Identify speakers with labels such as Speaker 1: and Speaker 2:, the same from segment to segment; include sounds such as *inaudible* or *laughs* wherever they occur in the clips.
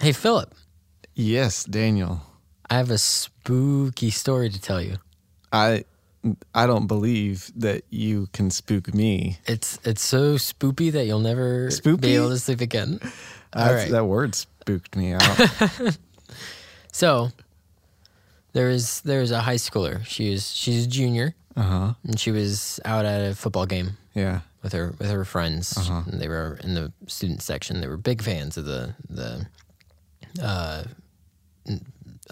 Speaker 1: Hey, Philip,
Speaker 2: Yes, Daniel.
Speaker 1: I have a spooky story to tell you.
Speaker 2: I I don't believe that you can spook me.
Speaker 1: It's it's so spoopy that you'll never
Speaker 2: Spoopy?
Speaker 1: be able to sleep
Speaker 2: *laughs*
Speaker 1: again. All
Speaker 2: That's-
Speaker 1: right.
Speaker 2: That word spooked me
Speaker 1: *laughs*
Speaker 2: out.
Speaker 1: So there is there is a high schooler. She is she's a junior,
Speaker 2: uh huh.
Speaker 1: and she was out at a football game
Speaker 2: Yeah.
Speaker 1: with her with her friends.
Speaker 2: Uh-huh.
Speaker 1: And they were in the student section. They were big fans of the the Uh,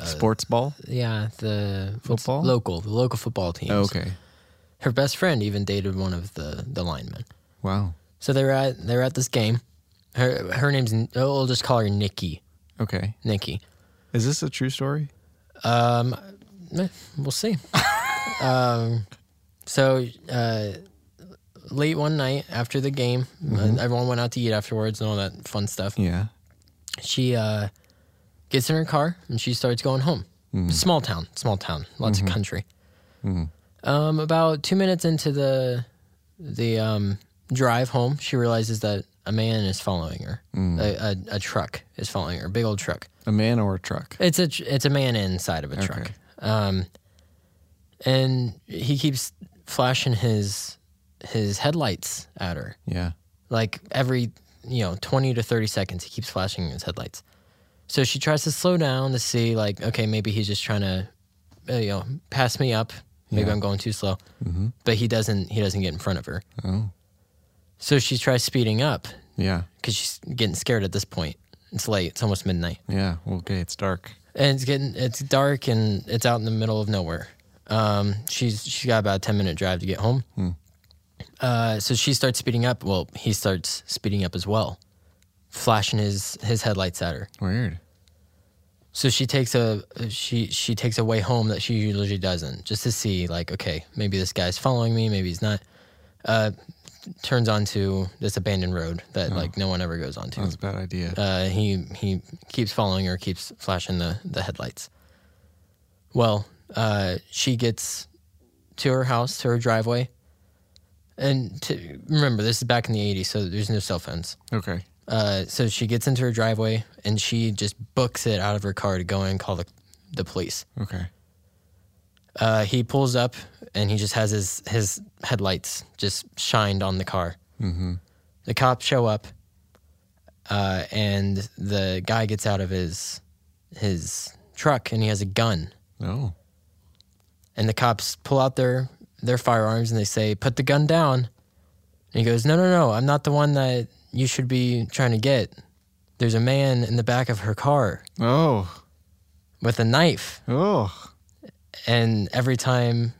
Speaker 2: Sports ball.
Speaker 1: yeah the what's-
Speaker 2: Football?
Speaker 1: local the local football teams.
Speaker 2: Oh, Okay.
Speaker 1: Her best friend even dated one of the the linemen.
Speaker 2: Wow.
Speaker 1: So they were at they were at this game. Her her name's oh, we'll just call her Nikki.
Speaker 2: Okay.
Speaker 1: Nikki.
Speaker 2: Is this a true story?
Speaker 1: Eh, We'll see. *laughs* um, so uh, late one night after the game, uh, everyone went out to eat afterwards and all that fun stuff.
Speaker 2: Yeah.
Speaker 1: She uh, gets in her car and she starts going home. Small town, small town, lots of country. Um, about two minutes into the the um, drive home, she realizes that a man is following her. A, a, a truck is following her, big old truck.
Speaker 2: A man or a truck?
Speaker 1: It's a tr- it's a man inside of a truck. Um, and he keeps flashing his his headlights at her.
Speaker 2: Yeah.
Speaker 1: Like every you know twenty to thirty seconds, he keeps flashing his headlights. So she tries to slow down to see like okay maybe he's just trying to uh, you know pass me up. Maybe
Speaker 2: Yeah. Mm-hmm.
Speaker 1: I'm going too slow. But he doesn't he doesn't get in front of her.
Speaker 2: Oh.
Speaker 1: So she tries speeding up
Speaker 2: Yeah.
Speaker 1: because she's getting scared at this point. It's late. It's almost midnight.
Speaker 2: Yeah. Okay. It's dark.
Speaker 1: and it's getting it's dark and it's out in the middle of nowhere. Um, she's she's got about a ten minute drive to get home. Uh, so she starts speeding up. Well, he starts speeding up as well, flashing his his headlights at her.
Speaker 2: Weird.
Speaker 1: So she takes a she she takes a way home that she usually doesn't, just to see like okay maybe this guy's following me, maybe he's not. Uh, turns onto this abandoned road that like no one ever goes onto
Speaker 2: That was a bad idea.
Speaker 1: uh, he he keeps following her, keeps flashing the, the headlights. Well, uh, she gets to her house, to her driveway, and to, remember this is back in the '80s, so there's no cell phones.
Speaker 2: okay.
Speaker 1: Uh, so she gets into her driveway and she just books it out of her car to go and call the the police.
Speaker 2: Okay.
Speaker 1: Uh, he pulls up and he just has his his headlights just shined on the car. Mm-hmm. The cops show up, uh, and the guy gets out of his his truck and he has a gun.
Speaker 2: No.
Speaker 1: And the cops pull out their their firearms and they say, "Put the gun down." And he goes, "No, no, no! I'm not the one that you should be trying to get. There's a man in the back of her car
Speaker 2: Oh.
Speaker 1: with a knife."
Speaker 2: Oh.
Speaker 1: and every time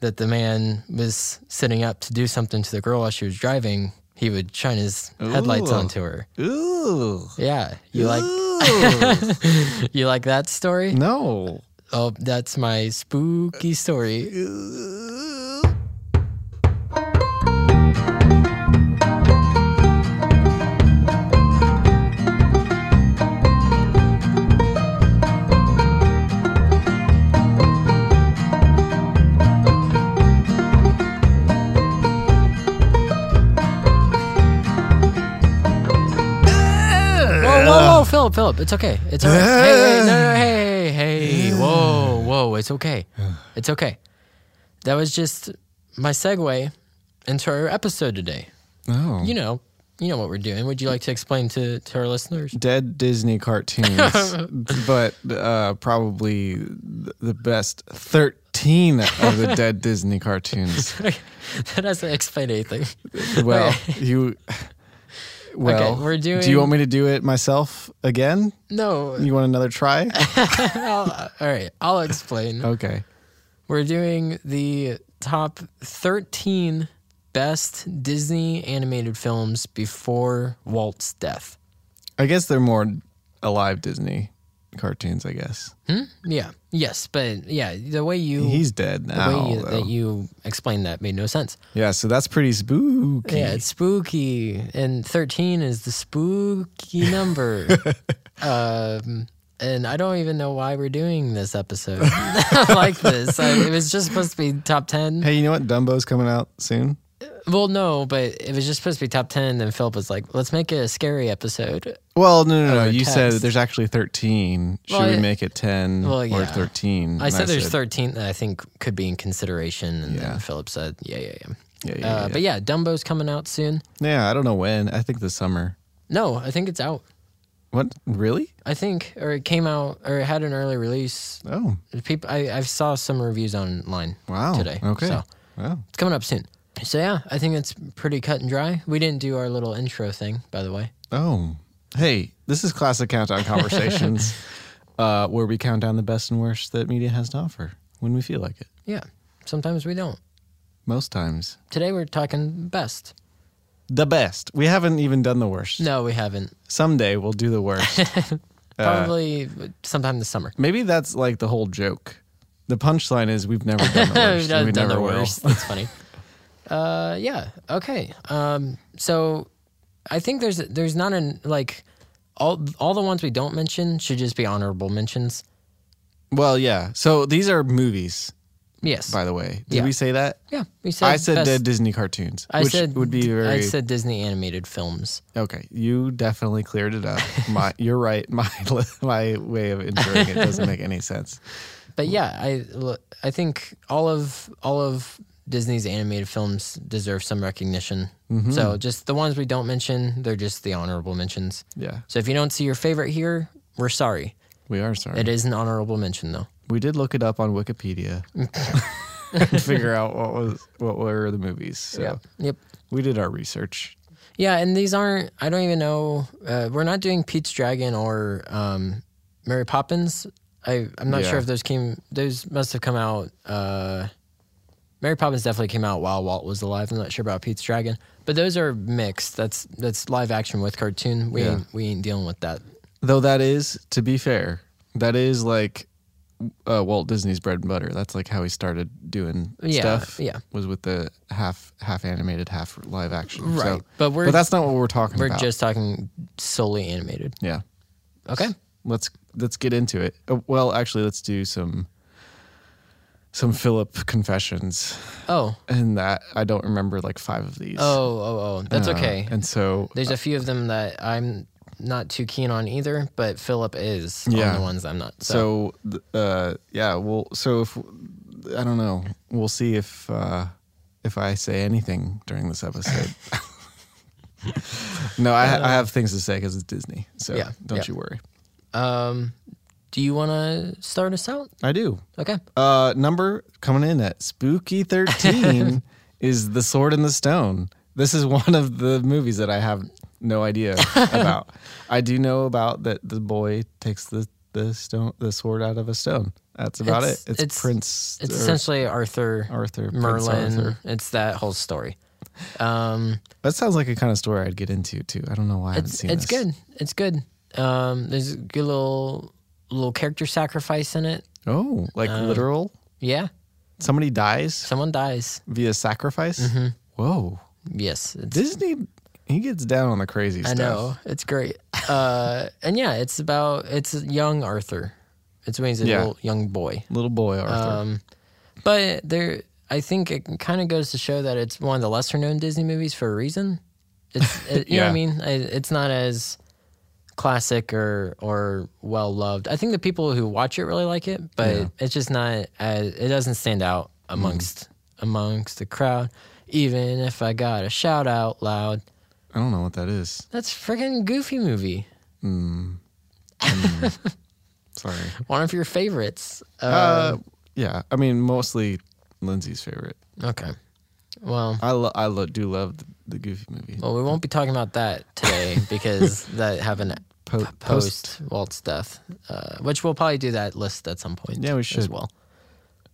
Speaker 1: that the man was sitting up to do something to the girl while she was driving, he would shine his headlights
Speaker 2: Ooh.
Speaker 1: onto her.
Speaker 2: Ooh.
Speaker 1: Yeah, you like *laughs*
Speaker 2: Ooh. Mm.
Speaker 1: you like that story?
Speaker 2: no.
Speaker 1: Oh, that's my spooky story. Whoa, whoa, whoa, Philip, Philip, it's okay. It's all right. Hey, wait, no, no, hey, hey, hey, whoa, whoa, it's okay. It's okay. That was just my segue into our episode today.
Speaker 2: No.
Speaker 1: You know, you know what we're doing. Would you like to explain to, to our listeners?
Speaker 2: dead Disney cartoons,
Speaker 1: *laughs*
Speaker 2: but uh, probably th- the best 13
Speaker 1: *laughs*
Speaker 2: of the dead Disney cartoons.
Speaker 1: that doesn't explain anything.
Speaker 2: Well, you. Well,
Speaker 1: Okay, we're
Speaker 2: Do you
Speaker 1: doing-
Speaker 2: want me to do it myself again?
Speaker 1: No.
Speaker 2: You want
Speaker 1: *laughs*
Speaker 2: another try?
Speaker 1: I'll- all right, I'll explain.
Speaker 2: Okay.
Speaker 1: We're doing the top 13 best Disney animated films before Walt's death.
Speaker 2: I guess they're more alive Disney cartoons. I guess
Speaker 1: Yeah. Yes, but yeah, the way you
Speaker 2: he's dead
Speaker 1: Hmm. the way
Speaker 2: now.
Speaker 1: you,
Speaker 2: though.
Speaker 1: that you explained that made no sense.
Speaker 2: yeah, so that's pretty spooky.
Speaker 1: Yeah, it's spooky, and thirteen is the spooky number. um, and I don't even know why we're doing this episode *laughs* like this. I, it was just supposed to be top ten.
Speaker 2: Hey, you know what? Dumbo's coming out soon.
Speaker 1: Well, no, but it was just supposed to be top 10. Then Philip was like, let's make it a scary episode.
Speaker 2: Well, no, no, no.
Speaker 1: Over
Speaker 2: You said
Speaker 1: text.
Speaker 2: there's actually 13. Should
Speaker 1: Well,
Speaker 2: we
Speaker 1: I-
Speaker 2: make it 10
Speaker 1: Well,
Speaker 2: or
Speaker 1: yeah.
Speaker 2: 13?
Speaker 1: I said there's 13 that I think could be in consideration. And then Philip said, yeah, yeah, yeah.
Speaker 2: Yeah, yeah,
Speaker 1: uh,
Speaker 2: yeah,
Speaker 1: But yeah, Dumbo's coming out soon.
Speaker 2: Yeah, I don't know when. I think this summer.
Speaker 1: No, I think it's out.
Speaker 2: What? Really?
Speaker 1: I think, or it came out, or it had an early release.
Speaker 2: Oh,
Speaker 1: People, I, I saw some reviews online
Speaker 2: wow.
Speaker 1: today.
Speaker 2: Okay.
Speaker 1: So
Speaker 2: Wow.
Speaker 1: it's coming up soon. So yeah, I think it's pretty cut and dry. We didn't do our little intro thing, by the way.
Speaker 2: Oh, hey, this is Classic
Speaker 1: *laughs*
Speaker 2: Countdown Conversations, uh, where we count down the best and worst that media has to offer when we feel like it.
Speaker 1: Yeah, sometimes we don't.
Speaker 2: Most times.
Speaker 1: Today we're talking best.
Speaker 2: The best. We haven't even done the worst.
Speaker 1: No, we haven't.
Speaker 2: Someday we'll do the worst.
Speaker 1: *laughs*
Speaker 2: Uh,
Speaker 1: Probably sometime this summer.
Speaker 2: Maybe that's like the whole joke. The punchline is we've never
Speaker 1: *laughs*
Speaker 2: done the *laughs* worst.
Speaker 1: We've
Speaker 2: and
Speaker 1: done,
Speaker 2: we
Speaker 1: done
Speaker 2: never
Speaker 1: the
Speaker 2: will.
Speaker 1: worst. That's funny. *laughs* Uh, yeah. Okay. Um, so I think there's there's not an like all all the ones we don't mention should just be honorable mentions.
Speaker 2: Well, yeah. So these are movies,
Speaker 1: Yes.
Speaker 2: by the way. Did
Speaker 1: Yeah.
Speaker 2: we say that?
Speaker 1: yeah. We said
Speaker 2: I said
Speaker 1: best-
Speaker 2: the Disney cartoons,
Speaker 1: I
Speaker 2: which
Speaker 1: said
Speaker 2: would be very
Speaker 1: I said Disney animated films.
Speaker 2: okay. You definitely cleared it up.
Speaker 1: *laughs*
Speaker 2: My, you're right. *laughs* My my way of insuring it doesn't make any sense.
Speaker 1: But yeah, I I think all of all of Disney's animated films deserve some recognition.
Speaker 2: Mm-hmm.
Speaker 1: So just the ones we don't mention, they're just the honorable mentions.
Speaker 2: Yeah,
Speaker 1: So if you don't see your favorite here, we're sorry.
Speaker 2: we are sorry.
Speaker 1: It is an honorable mention though.
Speaker 2: we did look it up on
Speaker 1: *laughs*
Speaker 2: Wikipedia and figure out what was what were the movies. So
Speaker 1: Yep.
Speaker 2: we did our research.
Speaker 1: Yeah, and these aren't. I don't even know. Uh, we're not doing Pete's Dragon or um, Mary Poppins. I I'm not
Speaker 2: Yeah.
Speaker 1: sure if those came. Those must have come out. Uh, Mary Poppins definitely came out while Walt was alive. I'm not sure about Pete's Dragon, but those are mixed. That's that's live action with cartoon. We
Speaker 2: Yeah.
Speaker 1: ain't, we ain't dealing with that.
Speaker 2: Though that is, to be fair, that is like uh, Walt Disney's bread and butter. That's like how he started doing
Speaker 1: Yeah,
Speaker 2: stuff.
Speaker 1: yeah.
Speaker 2: was with the half half animated, half live action. So-
Speaker 1: Right, but we're-
Speaker 2: but that's not what we're talking
Speaker 1: We're
Speaker 2: about.
Speaker 1: just talking solely animated.
Speaker 2: yeah.
Speaker 1: Okay.
Speaker 2: Let's let's get into it. Uh, well, actually, let's do some some Philip confessions,
Speaker 1: Oh.
Speaker 2: and that I don't remember like five of these.
Speaker 1: Oh. Oh. Oh. That's
Speaker 2: Uh,
Speaker 1: okay.
Speaker 2: And so
Speaker 1: There's a few of them that I'm not too keen on either, but Philip is
Speaker 2: Yeah.
Speaker 1: on the ones I'm not. So,
Speaker 2: So, th- uh, yeah, well, so if I don't know, we'll see if uh, if I say anything during this *laughs* episode. no, I, I have things to say because it's Disney. So
Speaker 1: Yeah,
Speaker 2: don't
Speaker 1: yeah.
Speaker 2: you worry.
Speaker 1: um, do you want to start us out?
Speaker 2: I do.
Speaker 1: Okay.
Speaker 2: Uh, number coming in at
Speaker 1: *laughs*
Speaker 2: spooky thirteen is the Sword in the Stone. This is one of the movies that I have no idea
Speaker 1: *laughs*
Speaker 2: about. I do know about that the boy takes the the stone the sword out of a stone. That's about
Speaker 1: It's-
Speaker 2: it. It's,
Speaker 1: it's-
Speaker 2: Prince.
Speaker 1: It's
Speaker 2: or
Speaker 1: essentially Arthur,
Speaker 2: Arthur Prince
Speaker 1: Merlin.
Speaker 2: Arthur.
Speaker 1: It's that whole story. Um,
Speaker 2: That sounds like a kind of story I'd get into too. I don't know why I haven't
Speaker 1: it's
Speaker 2: seen
Speaker 1: it's
Speaker 2: this.
Speaker 1: good. It's good. Um, there's a good little little character sacrifice in it.
Speaker 2: Oh, like
Speaker 1: Uh,
Speaker 2: literal?
Speaker 1: Yeah,
Speaker 2: Somebody dies
Speaker 1: someone dies.
Speaker 2: via sacrifice.
Speaker 1: Mm-hmm.
Speaker 2: Whoa,
Speaker 1: Yes, it's,
Speaker 2: Disney. He gets down on the crazy
Speaker 1: I
Speaker 2: stuff.
Speaker 1: know it's great. Uh, and yeah, it's about it's young Arthur. It's when he's a
Speaker 2: Yeah.
Speaker 1: little young boy.
Speaker 2: Little boy Arthur.
Speaker 1: Um, but there, I think it kind of goes to show that it's one of the lesser known Disney movies for a reason.
Speaker 2: *laughs*
Speaker 1: It's, it, you know what
Speaker 2: Yeah.
Speaker 1: I mean? I, it's not as classic or or well loved. I think the people who watch it really like it, but it's just not as it doesn't stand out amongst
Speaker 2: Mm-hmm.
Speaker 1: amongst the crowd. Even if I got a shout out loud,
Speaker 2: I don't know what that is.
Speaker 1: that's freaking goofy movie.
Speaker 2: Sorry.
Speaker 1: One of your favorites.
Speaker 2: Uh, yeah. I mean, mostly Lindsay's favorite.
Speaker 1: Uh, okay. Well,
Speaker 2: I lo- I lo- do love the, the Goofy movie.
Speaker 1: Well, we won't be talking about that
Speaker 2: *laughs*
Speaker 1: today because that happened
Speaker 2: Po-
Speaker 1: p- post Walt's death, uh, which we'll probably do that list at some point.
Speaker 2: Yeah, we
Speaker 1: as
Speaker 2: should.
Speaker 1: well.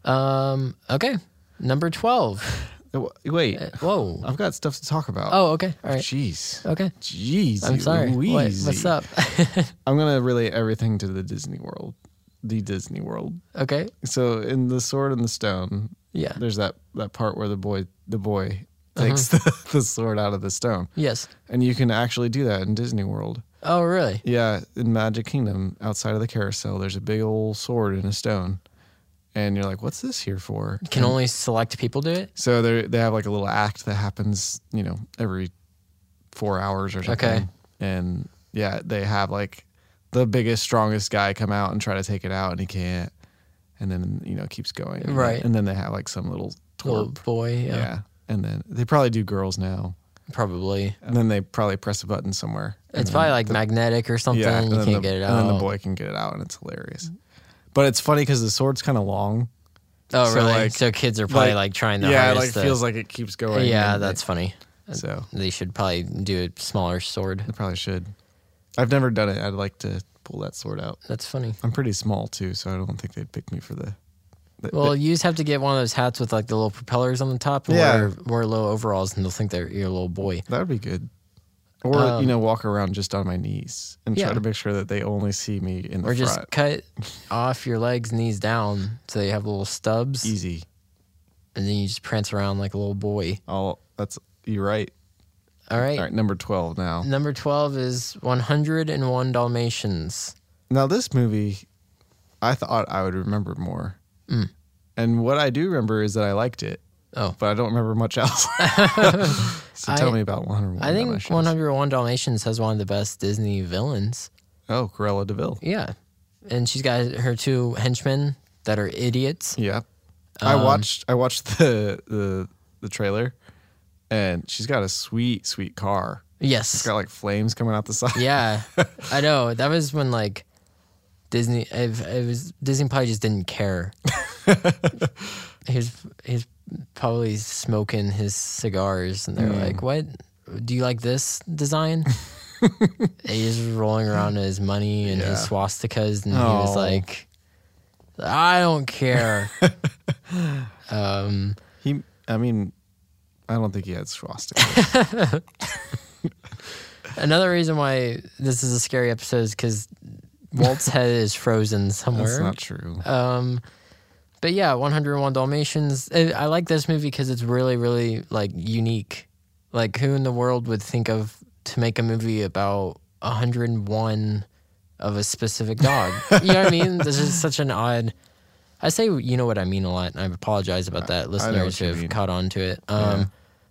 Speaker 1: Um, okay, number
Speaker 2: *laughs*
Speaker 1: twelve.
Speaker 2: Uh, wh- Wait,
Speaker 1: Whoa.
Speaker 2: I've got stuff to talk about.
Speaker 1: Oh, okay. All right.
Speaker 2: jeez.
Speaker 1: Okay.
Speaker 2: Jeez.
Speaker 1: I'm sorry. What, what's up? *laughs*
Speaker 2: I'm gonna relate everything to the Disney World. The Disney World.
Speaker 1: okay.
Speaker 2: So in the Sword and the Stone,
Speaker 1: Yeah. Uh-huh.
Speaker 2: there's that that part where the boy the boy takes *laughs* the, the sword out of the stone,
Speaker 1: Yes.
Speaker 2: and you can actually do that in Disney World.
Speaker 1: Oh, really?
Speaker 2: Yeah, in Magic Kingdom, outside of the carousel, there's a big old sword and a stone, and you're like, what's this here for?
Speaker 1: Can only select people do it?
Speaker 2: So they they have like a little act that happens, you know, every four hours or something.
Speaker 1: Okay.
Speaker 2: And yeah, they have like the biggest, strongest guy come out and try to take it out, and he can't. And then you know it keeps going. And-
Speaker 1: Right.
Speaker 2: And then they have like some little
Speaker 1: Little
Speaker 2: twerp.
Speaker 1: boy. Yeah.
Speaker 2: yeah. And then they probably do girls now.
Speaker 1: Probably.
Speaker 2: And then they probably press a button somewhere. and
Speaker 1: It's
Speaker 2: then-
Speaker 1: probably like magnetic or something.
Speaker 2: yeah.
Speaker 1: you
Speaker 2: and then
Speaker 1: can't
Speaker 2: the-
Speaker 1: get it
Speaker 2: And then the
Speaker 1: out.
Speaker 2: boy can get it out, and it's hilarious. But it's funny because the sword's kind of long.
Speaker 1: oh,
Speaker 2: so,
Speaker 1: really?
Speaker 2: like-
Speaker 1: so kids are probably like, trying the
Speaker 2: yeah, it, like
Speaker 1: hardest. to-
Speaker 2: feels like it keeps going.
Speaker 1: yeah,
Speaker 2: and
Speaker 1: that's funny.
Speaker 2: it- so.
Speaker 1: They should probably do a smaller sword.
Speaker 2: I probably should. I've never done it. I'd like to pull that sword out.
Speaker 1: That's funny.
Speaker 2: I'm pretty small too, so I don't think they'd pick me for the. the
Speaker 1: Well, you just have to get one of those hats with like the little propellers on the top and
Speaker 2: Yeah.
Speaker 1: wear, wear little overalls, and they'll think they're you're a little boy.
Speaker 2: that would be good. Or
Speaker 1: Um,
Speaker 2: you know, walk around just on my knees and
Speaker 1: Yeah.
Speaker 2: try to make sure that they only see me in the
Speaker 1: Or
Speaker 2: front.
Speaker 1: just cut off your legs, knees down, so you have little stubs,
Speaker 2: Easy.
Speaker 1: and then you just prance around like a little boy.
Speaker 2: All that's you're right.
Speaker 1: All right.
Speaker 2: All right, number twelve now.
Speaker 1: Number twelve is 101 Dalmatians.
Speaker 2: Now this movie, I thought I would remember more,
Speaker 1: Mm.
Speaker 2: and what I do remember is that I liked it,
Speaker 1: Oh,
Speaker 2: but I don't remember much
Speaker 1: *laughs*
Speaker 2: else. so
Speaker 1: I-
Speaker 2: tell me about 101.
Speaker 1: I think
Speaker 2: Dalmatians.
Speaker 1: 101 Dalmatians has one of the best Disney villains.
Speaker 2: Oh, Corella Deville.
Speaker 1: Yeah, and she's got her two henchmen that are idiots.
Speaker 2: Yeah. I
Speaker 1: Um,
Speaker 2: watched I watched the, the the trailer and she's got a sweet, sweet car.
Speaker 1: Yes.
Speaker 2: It's got like flames coming out the side. *laughs*
Speaker 1: Yeah, I know. That was when like Disney. It, it was Disney probably just didn't
Speaker 2: *laughs*
Speaker 1: care. he's he's probably smoking his cigars, and they're
Speaker 2: Hmm.
Speaker 1: like, "What? Do you like this
Speaker 2: *laughs*
Speaker 1: design?" he's rolling around in his money and his
Speaker 2: Yeah.
Speaker 1: swastikas, and he was
Speaker 2: Oh.
Speaker 1: like, "I don't
Speaker 2: *laughs*
Speaker 1: care." um,
Speaker 2: He I mean, I don't think he had swastika.
Speaker 1: another reason why this is a scary episode is because Walt's head is frozen somewhere.
Speaker 2: That's not true.
Speaker 1: Um, but yeah, 101 Dalmatians. I, I like this movie because it's really, really like unique. Like, who in the world would think of to make a movie about 101 of a specific
Speaker 2: *laughs*
Speaker 1: dog? you know what I mean? This is such an odd. I say you know what I mean a lot, and I apologize about that. Listeners
Speaker 2: what you
Speaker 1: who have
Speaker 2: mean.
Speaker 1: caught on to it. Um,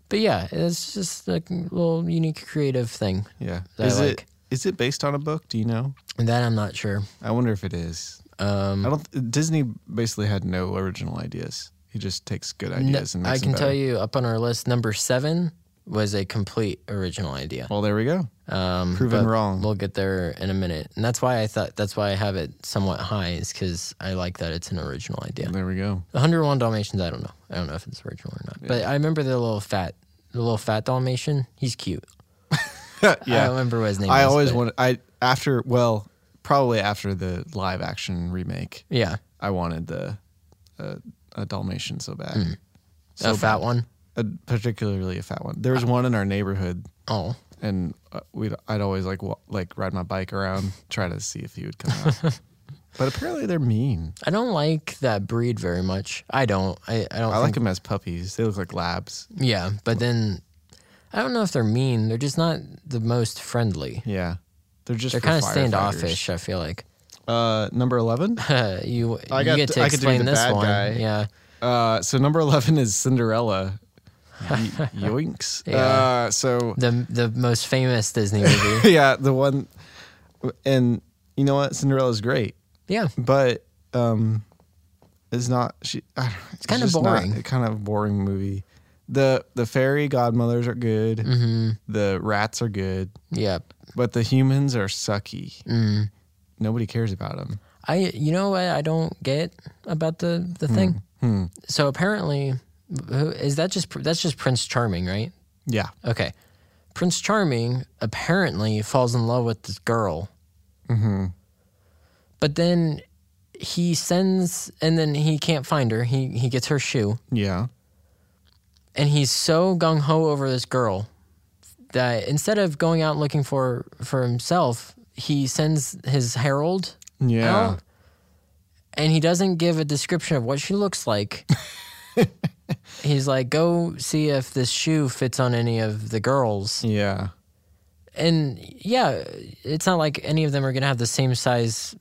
Speaker 1: But yeah, it's just like a little unique creative thing.
Speaker 2: Yeah.
Speaker 1: that I
Speaker 2: Is it
Speaker 1: like.
Speaker 2: is it based on a book? Do you know?
Speaker 1: And that I'm not sure.
Speaker 2: I wonder if it is.
Speaker 1: Um,
Speaker 2: I don't Disney basically had no original ideas. He just takes good
Speaker 1: No,
Speaker 2: ideas and makes
Speaker 1: I
Speaker 2: them
Speaker 1: can tell
Speaker 2: better.
Speaker 1: you up on our list, number seven was a complete original idea.
Speaker 2: Well, there we go.
Speaker 1: Um,
Speaker 2: Proven
Speaker 1: but
Speaker 2: wrong.
Speaker 1: We'll get there in a minute, and that's why I thought that's why I have it somewhat high is because I like that it's an original idea.
Speaker 2: There we go.
Speaker 1: 101 Dalmatians, I don't know, I don't know if it's original or not, but I remember the little fat, the little fat Dalmatian. He's cute. *laughs* I don't remember what his name.
Speaker 2: I
Speaker 1: is,
Speaker 2: always
Speaker 1: but-
Speaker 2: wanted I after well, probably after the live action remake,
Speaker 1: Yeah,
Speaker 2: I wanted the uh, a Dalmatian so bad,
Speaker 1: Hmm. a fat one.
Speaker 2: a, particularly a fat one. There
Speaker 1: Ah.
Speaker 2: was one in our neighborhood,
Speaker 1: Oh,
Speaker 2: and uh, we'd I'd always like wa- like ride my bike around, try to see if he would come
Speaker 1: *laughs*
Speaker 2: out. but apparently they're mean.
Speaker 1: I don't like that breed very much. I don't. I, I don't.
Speaker 2: I
Speaker 1: think
Speaker 2: like them as puppies. They look like labs.
Speaker 1: Yeah, but then I don't know if they're mean. They're just not the most friendly.
Speaker 2: Yeah, they're just
Speaker 1: They're
Speaker 2: for
Speaker 1: kind of
Speaker 2: firefighters.
Speaker 1: standoffish. I feel like *laughs*
Speaker 2: Uh, number eleven.
Speaker 1: you
Speaker 2: I
Speaker 1: you
Speaker 2: got
Speaker 1: get
Speaker 2: to-
Speaker 1: to
Speaker 2: I could do
Speaker 1: explain
Speaker 2: the
Speaker 1: this
Speaker 2: bad
Speaker 1: one.
Speaker 2: guy.
Speaker 1: Yeah,
Speaker 2: Uh, so number eleven is Cinderella.
Speaker 1: *laughs*
Speaker 2: Ye- yoinks.
Speaker 1: Yeah.
Speaker 2: Uh, so *laughs*
Speaker 1: the the most famous Disney movie.
Speaker 2: yeah, the one, and you know what? Cinderella's great,
Speaker 1: yeah,
Speaker 2: but um, it's not. She. I don't, it's
Speaker 1: kinda
Speaker 2: just not-
Speaker 1: boring.
Speaker 2: kind of boring movie. the The fairy godmothers are good.
Speaker 1: Mm-hmm.
Speaker 2: The rats are good,
Speaker 1: yeah.
Speaker 2: but the humans are sucky.
Speaker 1: Mm.
Speaker 2: Nobody cares about them.
Speaker 1: I you know what I don't get about the the thing. So apparently, who is that? Just that's just Prince Charming, right?
Speaker 2: Yeah,
Speaker 1: Okay, Prince Charming apparently falls in love with this girl. But then he sends, and then he can't find her. He he gets her shoe,
Speaker 2: yeah.
Speaker 1: and he's so gung ho over this girl that instead of going out looking for for himself, he sends his herald
Speaker 2: Yeah.
Speaker 1: out, and he doesn't give a description of what she looks like. He's like, go see if this shoe fits on any of the girls.
Speaker 2: Yeah.
Speaker 1: And yeah, it's not like any of them are going to have the same size,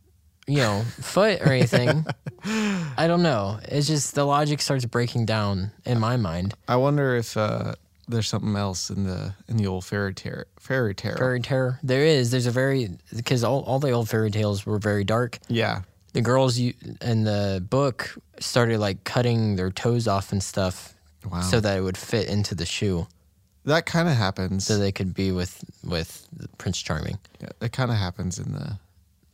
Speaker 1: you know, foot or anything. I don't know. It's just the logic starts breaking down in my mind.
Speaker 2: I wonder if uh, there's something else in the in the old fairy tale. Fairy tale.
Speaker 1: Fairy terror. There is. There's a very because all, all the old fairy tales were very dark.
Speaker 2: yeah.
Speaker 1: The girls you, in the book started like cutting their toes off and stuff,
Speaker 2: Wow.
Speaker 1: so that it would fit into the shoe,
Speaker 2: That kind of happens.
Speaker 1: so they could be with with Prince Charming.
Speaker 2: yeah, that kind of happens in the.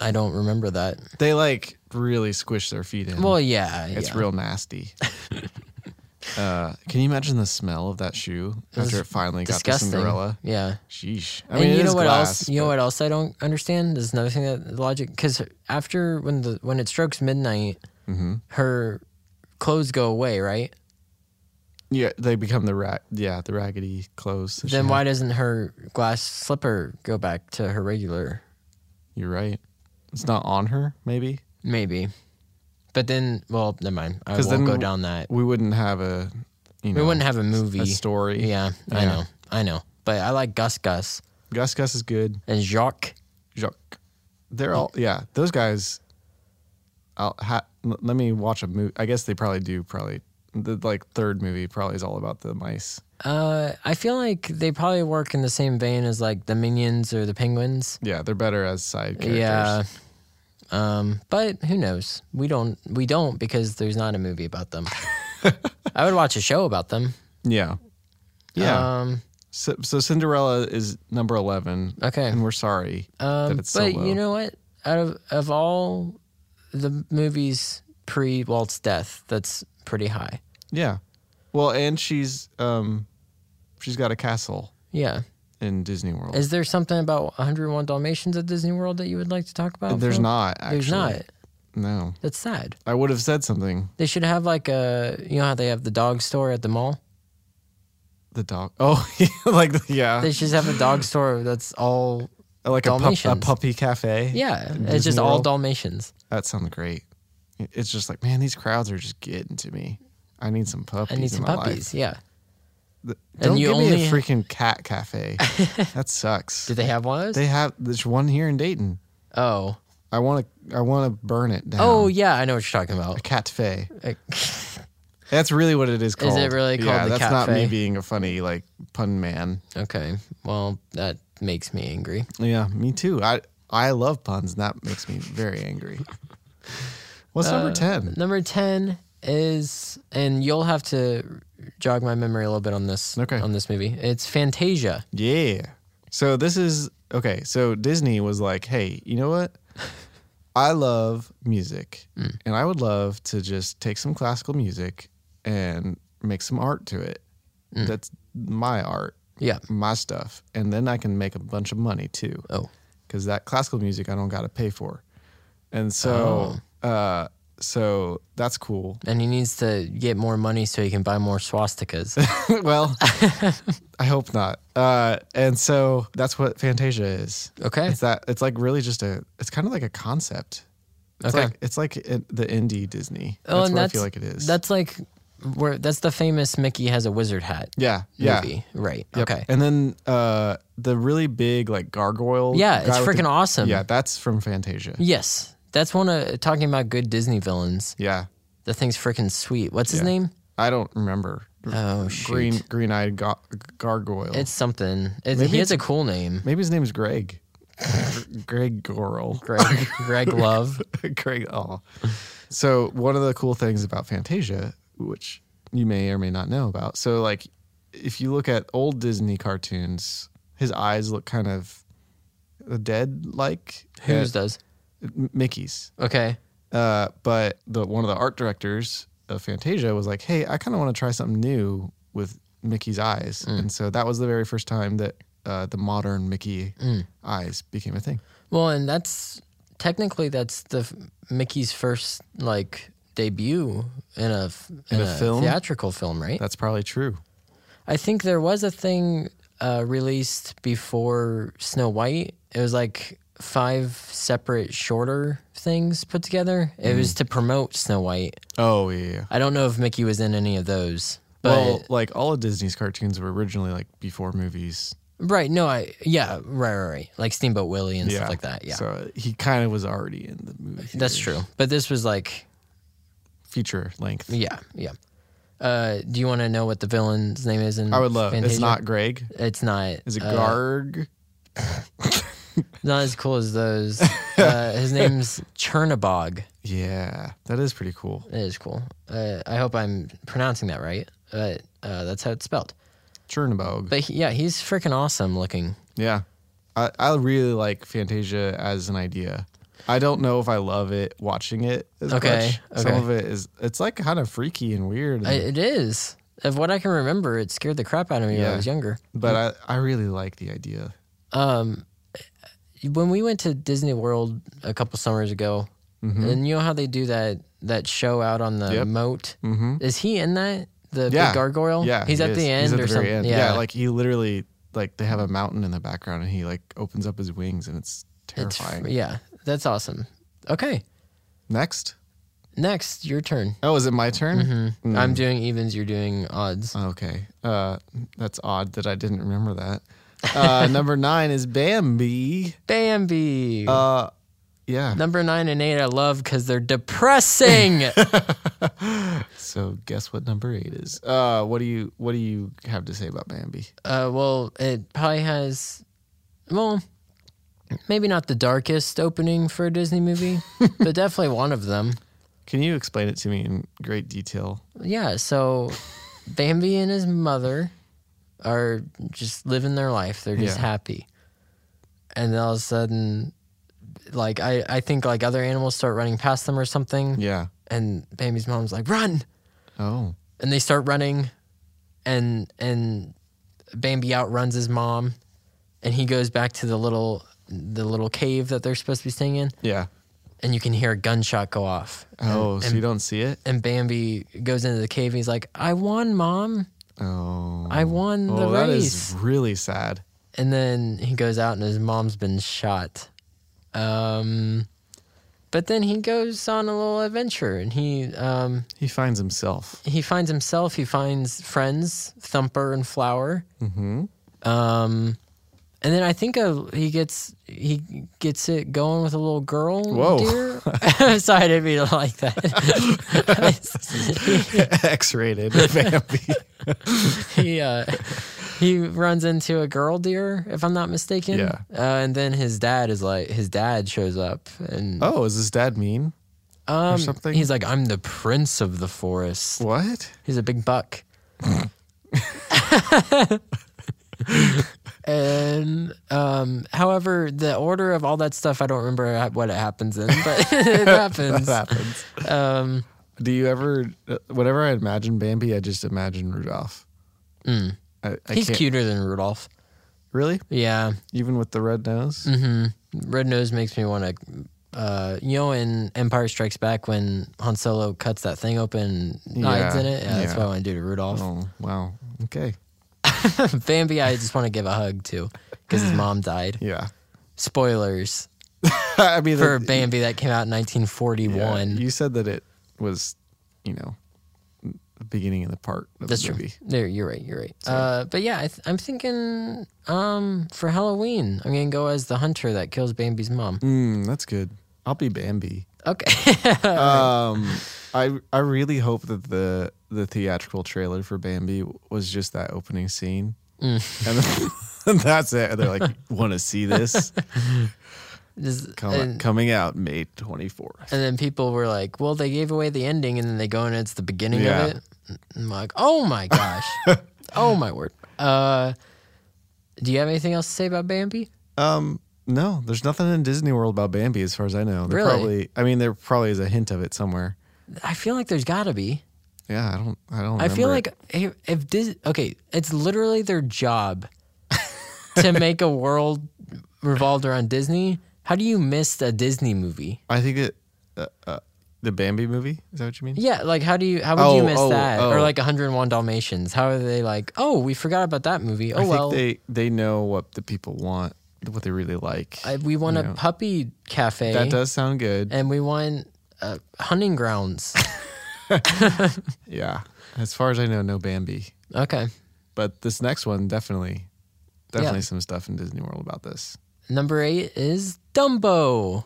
Speaker 1: I don't remember that.
Speaker 2: They like really squish their feet in.
Speaker 1: Well, yeah,
Speaker 2: it's
Speaker 1: yeah. *laughs*
Speaker 2: real nasty. uh, can you imagine the smell of that shoe after it finally
Speaker 1: disgusting.
Speaker 2: got to Cinderella?
Speaker 1: Yeah.
Speaker 2: Sheesh. I
Speaker 1: And
Speaker 2: mean, it
Speaker 1: you know
Speaker 2: is
Speaker 1: what
Speaker 2: glass,
Speaker 1: else? You know what else I don't understand? There's another thing that the logic because after when the when it strokes midnight,
Speaker 2: Mm-hmm.
Speaker 1: her clothes go away, right?
Speaker 2: Yeah, they become the ra- yeah the raggedy clothes. that she
Speaker 1: Then
Speaker 2: had.
Speaker 1: why doesn't her glass slipper go back to her regular?
Speaker 2: You're right. It's not on her. Maybe
Speaker 1: Maybe, but then well, never mind. I
Speaker 2: 'Cause
Speaker 1: won't
Speaker 2: then
Speaker 1: go down that.
Speaker 2: we wouldn't have a you know
Speaker 1: We wouldn't have a movie
Speaker 2: a story.
Speaker 1: Yeah, I
Speaker 2: Yeah.
Speaker 1: know, I know. But I like Gus Gus
Speaker 2: Gus Gus is good.
Speaker 1: and Jacques.
Speaker 2: Jacques. They're all yeah. Those guys. I'll ha- l- let me watch a movie. I guess they probably do. Probably the like third movie probably is all about the mice.
Speaker 1: Uh, I feel like they probably work in the same vein as like the Minions or the Penguins.
Speaker 2: Yeah, they're better as side characters.
Speaker 1: Yeah. Um, but who knows? We don't we don't because there's not a movie about *laughs* them. I would watch a show about them.
Speaker 2: yeah, yeah.
Speaker 1: Um
Speaker 2: so, so Cinderella is number eleven.
Speaker 1: Okay.
Speaker 2: and we're sorry
Speaker 1: um
Speaker 2: that
Speaker 1: but
Speaker 2: it's so low.
Speaker 1: you know what? Out of of all the movies pre Walt's death, that's pretty high.
Speaker 2: yeah. Well, and she's um, she's got a castle
Speaker 1: Yeah.
Speaker 2: in Disney World.
Speaker 1: Is there something about 101 Dalmatians at Disney World that you would like to talk about?
Speaker 2: There's
Speaker 1: Phil?
Speaker 2: not. Actually.
Speaker 1: There's not.
Speaker 2: No,
Speaker 1: That's sad.
Speaker 2: I would have said something.
Speaker 1: They should have like a you know how they have the dog store at the mall?
Speaker 2: The dog. Oh, *laughs* like yeah,
Speaker 1: They should have a
Speaker 2: *gasps*
Speaker 1: dog store that's all
Speaker 2: like a, pup, a
Speaker 1: Dalmatians.
Speaker 2: puppy cafe.
Speaker 1: Yeah,
Speaker 2: Disney
Speaker 1: it's just all
Speaker 2: World?
Speaker 1: Dalmatians.
Speaker 2: that sounds great. It's just like man, these crowds are just getting to me. I need some
Speaker 1: I
Speaker 2: puppies.
Speaker 1: need some
Speaker 2: in my
Speaker 1: puppies.
Speaker 2: Life.
Speaker 1: Yeah.
Speaker 2: Th- Don't
Speaker 1: you
Speaker 2: give me
Speaker 1: only-
Speaker 2: a freaking
Speaker 1: *laughs*
Speaker 2: cat cafe. that sucks.
Speaker 1: Do they have one of those?
Speaker 2: They have there's one here in Dayton.
Speaker 1: oh.
Speaker 2: I want to. I want to burn it down.
Speaker 1: Oh yeah, I know what you're talking
Speaker 2: a
Speaker 1: about. *laughs*
Speaker 2: cat cafe.
Speaker 1: Uh,
Speaker 2: That's really what it is called.
Speaker 1: it really
Speaker 2: Yeah,
Speaker 1: called the
Speaker 2: that's
Speaker 1: cat
Speaker 2: not me
Speaker 1: fe?
Speaker 2: being a funny like pun man.
Speaker 1: Okay. Well, that makes me angry.
Speaker 2: Yeah, me too. I I love puns, and that makes me very angry. What's
Speaker 1: Uh,
Speaker 2: number ten?
Speaker 1: Number 10 is and you'll have to jog my memory a little bit on this
Speaker 2: Okay.
Speaker 1: on this movie. It's Fantasia.
Speaker 2: Yeah. So this is okay. So Disney was like, "Hey, you know what? I love music, and I would love to just take some classical music and make some art to it. That's my art,
Speaker 1: Yeah.
Speaker 2: my stuff, and then I can make a bunch of money too.
Speaker 1: Oh.
Speaker 2: because that classical music I don't got to pay for, and so uh, so that's cool.
Speaker 1: And he needs to get more money so he can buy more
Speaker 2: *laughs*
Speaker 1: swastikas.
Speaker 2: well, I hope not. Uh, and so that's what Fantasia is.
Speaker 1: Okay.
Speaker 2: It's that it's like really just a it's kind of like a concept. It's
Speaker 1: Okay.
Speaker 2: like it's like in, the indie Disney.
Speaker 1: oh,
Speaker 2: that's
Speaker 1: and
Speaker 2: what
Speaker 1: that's
Speaker 2: I feel like it is.
Speaker 1: That's like where that's the famous Mickey has a wizard hat
Speaker 2: yeah, yeah.
Speaker 1: movie. Right.
Speaker 2: Yep.
Speaker 1: Okay.
Speaker 2: And then uh the really big like gargoyle.
Speaker 1: Yeah, it's
Speaker 2: guy with the-
Speaker 1: freaking awesome.
Speaker 2: Yeah, that's from Fantasia.
Speaker 1: Yes. That's one of talking about good Disney villains.
Speaker 2: Yeah.
Speaker 1: The thing's freaking sweet. What's his
Speaker 2: Yeah.
Speaker 1: name?
Speaker 2: I don't remember.
Speaker 1: Oh shoot.
Speaker 2: Green green eyed ga- gargoyle.
Speaker 1: It's something. It's,
Speaker 2: Maybe
Speaker 1: he has a cool
Speaker 2: *laughs*
Speaker 1: name.
Speaker 2: Maybe his name is Greg. Gr- Greg Gorl.
Speaker 1: Greg Greg
Speaker 2: *laughs*
Speaker 1: Love.
Speaker 2: Greg all. So one of the cool things about Fantasia, which you may or may not know about, so like if you look at old Disney cartoons, his eyes look kind of dead like
Speaker 1: Whose does?
Speaker 2: Mickey's.
Speaker 1: Okay.
Speaker 2: Uh, but the one of the art directors of Fantasia was like, "Hey, I kind of want to try something new with Mickey's eyes," and so that was the very first time that uh, the modern Mickey eyes became a thing.
Speaker 1: Well, and that's technically that's the f- Mickey's first like debut in a f- in,
Speaker 2: a film?
Speaker 1: theatrical film, right?
Speaker 2: That's probably true.
Speaker 1: I think there was a thing uh, released before Snow White. It was like five separate shorter things put together. It was
Speaker 2: Mm.
Speaker 1: to promote Snow White.
Speaker 2: Oh yeah, yeah.
Speaker 1: I don't know if Mickey was in any of those, but
Speaker 2: well, like all of Disney's cartoons were originally like before movies.
Speaker 1: Right. No, I yeah, right, right, right. Like Steamboat Willie and
Speaker 2: Yeah.
Speaker 1: stuff like that. Yeah.
Speaker 2: So uh, he kind of was already in the movie.
Speaker 1: That's true.
Speaker 2: theater.
Speaker 1: But this was like
Speaker 2: Feature length.
Speaker 1: yeah, yeah. Uh, do you want to know what the villain's name is in
Speaker 2: I would love.
Speaker 1: Fantasia?
Speaker 2: It's not Greg.
Speaker 1: it's not
Speaker 2: Is it
Speaker 1: uh,
Speaker 2: Garg?
Speaker 1: Not as cool as
Speaker 2: *laughs*
Speaker 1: those. uh, his name's Chernabog.
Speaker 2: Yeah, that is pretty cool.
Speaker 1: It is cool. Uh, I hope I'm pronouncing that right. But uh, that's how it's spelled.
Speaker 2: Chernabog.
Speaker 1: But he, yeah, he's freaking awesome looking.
Speaker 2: Yeah, I, I really like Fantasia as an idea. I don't know if I love it watching it. As
Speaker 1: Okay,
Speaker 2: much. some
Speaker 1: okay.
Speaker 2: of it is it's like kind of freaky and weird,
Speaker 1: I, it is. Of what I can remember, it scared the crap out of me when
Speaker 2: Yeah.
Speaker 1: I was younger. Um,
Speaker 2: but I, I really like the idea.
Speaker 1: when we went to Disney World a couple summers ago,
Speaker 2: Mm-hmm.
Speaker 1: and you know how they do that that show out on the
Speaker 2: Yep.
Speaker 1: moat?
Speaker 2: Mm-hmm.
Speaker 1: Is he in that? The
Speaker 2: Yeah,
Speaker 1: big gargoyle?
Speaker 2: Yeah,
Speaker 1: He's
Speaker 2: he
Speaker 1: at
Speaker 2: is.
Speaker 1: the end
Speaker 2: He's at
Speaker 1: or
Speaker 2: the very
Speaker 1: something.
Speaker 2: end.
Speaker 1: Yeah.
Speaker 2: like he literally like they have a mountain in the background, and he like opens up his wings, and it's
Speaker 1: it's fr-
Speaker 2: terrifying.
Speaker 1: yeah. That's awesome. Okay.
Speaker 2: Next.
Speaker 1: Next, your turn.
Speaker 2: Oh, is it my turn?
Speaker 1: Mm-hmm. I'm doing evens, you're doing odds.
Speaker 2: Okay. Uh, that's odd that I didn't remember that. Uh, *laughs* number nine is Bambi.
Speaker 1: Bambi.
Speaker 2: Uh, yeah.
Speaker 1: Number nine and eight I love because they're depressing.
Speaker 2: So guess what number eight is? Uh, what do you what do you have to say about Bambi?
Speaker 1: Uh, well, it probably has, well, maybe not the darkest opening for a Disney
Speaker 2: *laughs*
Speaker 1: movie, but definitely one of them.
Speaker 2: Can you explain it to me in great detail?
Speaker 1: Yeah, so Bambi and his mother are just living their life. They're just
Speaker 2: Yeah.
Speaker 1: happy. And then all of a sudden, like, I, I think like other animals start running past them or something.
Speaker 2: Yeah.
Speaker 1: And Bambi's mom's like, run!
Speaker 2: Oh.
Speaker 1: and they start running and and Bambi outruns his mom and he goes back to the little the little cave that they're supposed to be staying in
Speaker 2: Yeah.
Speaker 1: and you can hear a gunshot go off.
Speaker 2: Oh, so you don't see it?
Speaker 1: And Bambi goes into the cave and he's like, "I won, mom.
Speaker 2: Oh.
Speaker 1: I won the
Speaker 2: oh, that
Speaker 1: race."
Speaker 2: is really sad.
Speaker 1: And then he goes out and his mom's been shot. Um but then he goes on a little adventure and he um
Speaker 2: He
Speaker 1: *laughs*
Speaker 2: finds himself.
Speaker 1: he finds himself. He finds friends, Thumper and Flower. Mm-hmm. Um, and then I think uh he gets he gets it going with a little girl.
Speaker 2: Whoa.
Speaker 1: Deer. *laughs* Sorry, I didn't mean it like
Speaker 2: *laughs*
Speaker 1: that. *laughs*
Speaker 2: X-rated Bambi.
Speaker 1: *laughs* he uh, he runs into a girl deer, if I'm not mistaken.
Speaker 2: Yeah.
Speaker 1: Uh, and then his dad is like, his dad shows up and
Speaker 2: oh, is his dad mean?
Speaker 1: um,
Speaker 2: something?
Speaker 1: he's like, I'm the prince of the forest.
Speaker 2: What?
Speaker 1: He's a big
Speaker 2: *laughs*
Speaker 1: buck. and um, however, the order of all that stuff, I don't remember ha- what it happens in, but *laughs* it happens.
Speaker 2: *laughs* That *laughs* happens.
Speaker 1: Um,
Speaker 2: Do you ever? Whenever I imagine Bambi, I just imagine Rudolph. I, I
Speaker 1: Mm. he's
Speaker 2: can't-
Speaker 1: cuter than Rudolph.
Speaker 2: Really?
Speaker 1: Yeah,
Speaker 2: Even with the red nose?
Speaker 1: Mm-hmm. Red Nose makes me want to. Uh, you know, in Empire Strikes Back, when Han Solo cuts that thing open, and hides
Speaker 2: Yeah,
Speaker 1: in it. Yeah, that's
Speaker 2: yeah.
Speaker 1: what I want to do to Rudolph.
Speaker 2: Oh, wow. Okay.
Speaker 1: *laughs* Bambi, I just want to give a hug to because his mom died.
Speaker 2: Yeah. *laughs*
Speaker 1: Spoilers.
Speaker 2: I mean,
Speaker 1: for
Speaker 2: that-
Speaker 1: Bambi that came out in
Speaker 2: Yeah,
Speaker 1: 1941.
Speaker 2: You said that it was, you know, the beginning of the part of
Speaker 1: That's
Speaker 2: the
Speaker 1: true.
Speaker 2: movie.
Speaker 1: There, you're right. You're right. Uh, but yeah, I th- I'm thinking um, for Halloween, I'm gonna go as the hunter that kills Bambi's mom.
Speaker 2: Mm, that's good. I'll be Bambi.
Speaker 1: Okay. *laughs*
Speaker 2: Um, I I really hope that the the theatrical trailer for Bambi was just that opening scene,
Speaker 1: Mm.
Speaker 2: and then, *laughs* that's it. And they're like, "Want to see
Speaker 1: *laughs*
Speaker 2: this?
Speaker 1: This-
Speaker 2: Come,
Speaker 1: and,
Speaker 2: coming out May twenty fourth.
Speaker 1: and then people were like, "Well, they gave away the ending, and then they go and it's the beginning
Speaker 2: Yeah.
Speaker 1: of it." And I'm like, "Oh my
Speaker 2: *laughs*
Speaker 1: gosh! oh my word!" Uh, do you have anything else to say about Bambi?
Speaker 2: Um, no, there's nothing in Disney World about Bambi, as far as I know. There
Speaker 1: Really?
Speaker 2: probably, I mean, there probably is a hint of it somewhere.
Speaker 1: I feel like there's got to be.
Speaker 2: Yeah, I don't, I don't.
Speaker 1: I feel
Speaker 2: remember it.
Speaker 1: like if, if Dis okay, it's literally their job
Speaker 2: *laughs*
Speaker 1: to make a world revolved around Disney. How do you miss a Disney movie?
Speaker 2: I think that uh, uh, the Bambi movie is that what you mean?
Speaker 1: Yeah, like how do you how would you
Speaker 2: Oh,
Speaker 1: miss
Speaker 2: oh,
Speaker 1: that? Or
Speaker 2: oh.
Speaker 1: like 101 Dalmatians? How are they like? Oh, we forgot about that movie. Oh
Speaker 2: I
Speaker 1: well,
Speaker 2: think they they know what the people want, what they really like.
Speaker 1: I, we want a puppy cafe,
Speaker 2: that does sound good.
Speaker 1: and we want uh, hunting grounds.
Speaker 2: yeah, as far as I know, no Bambi,
Speaker 1: okay,
Speaker 2: but this next one definitely definitely some stuff in Disney World about this.
Speaker 1: Number eight is Dumbo.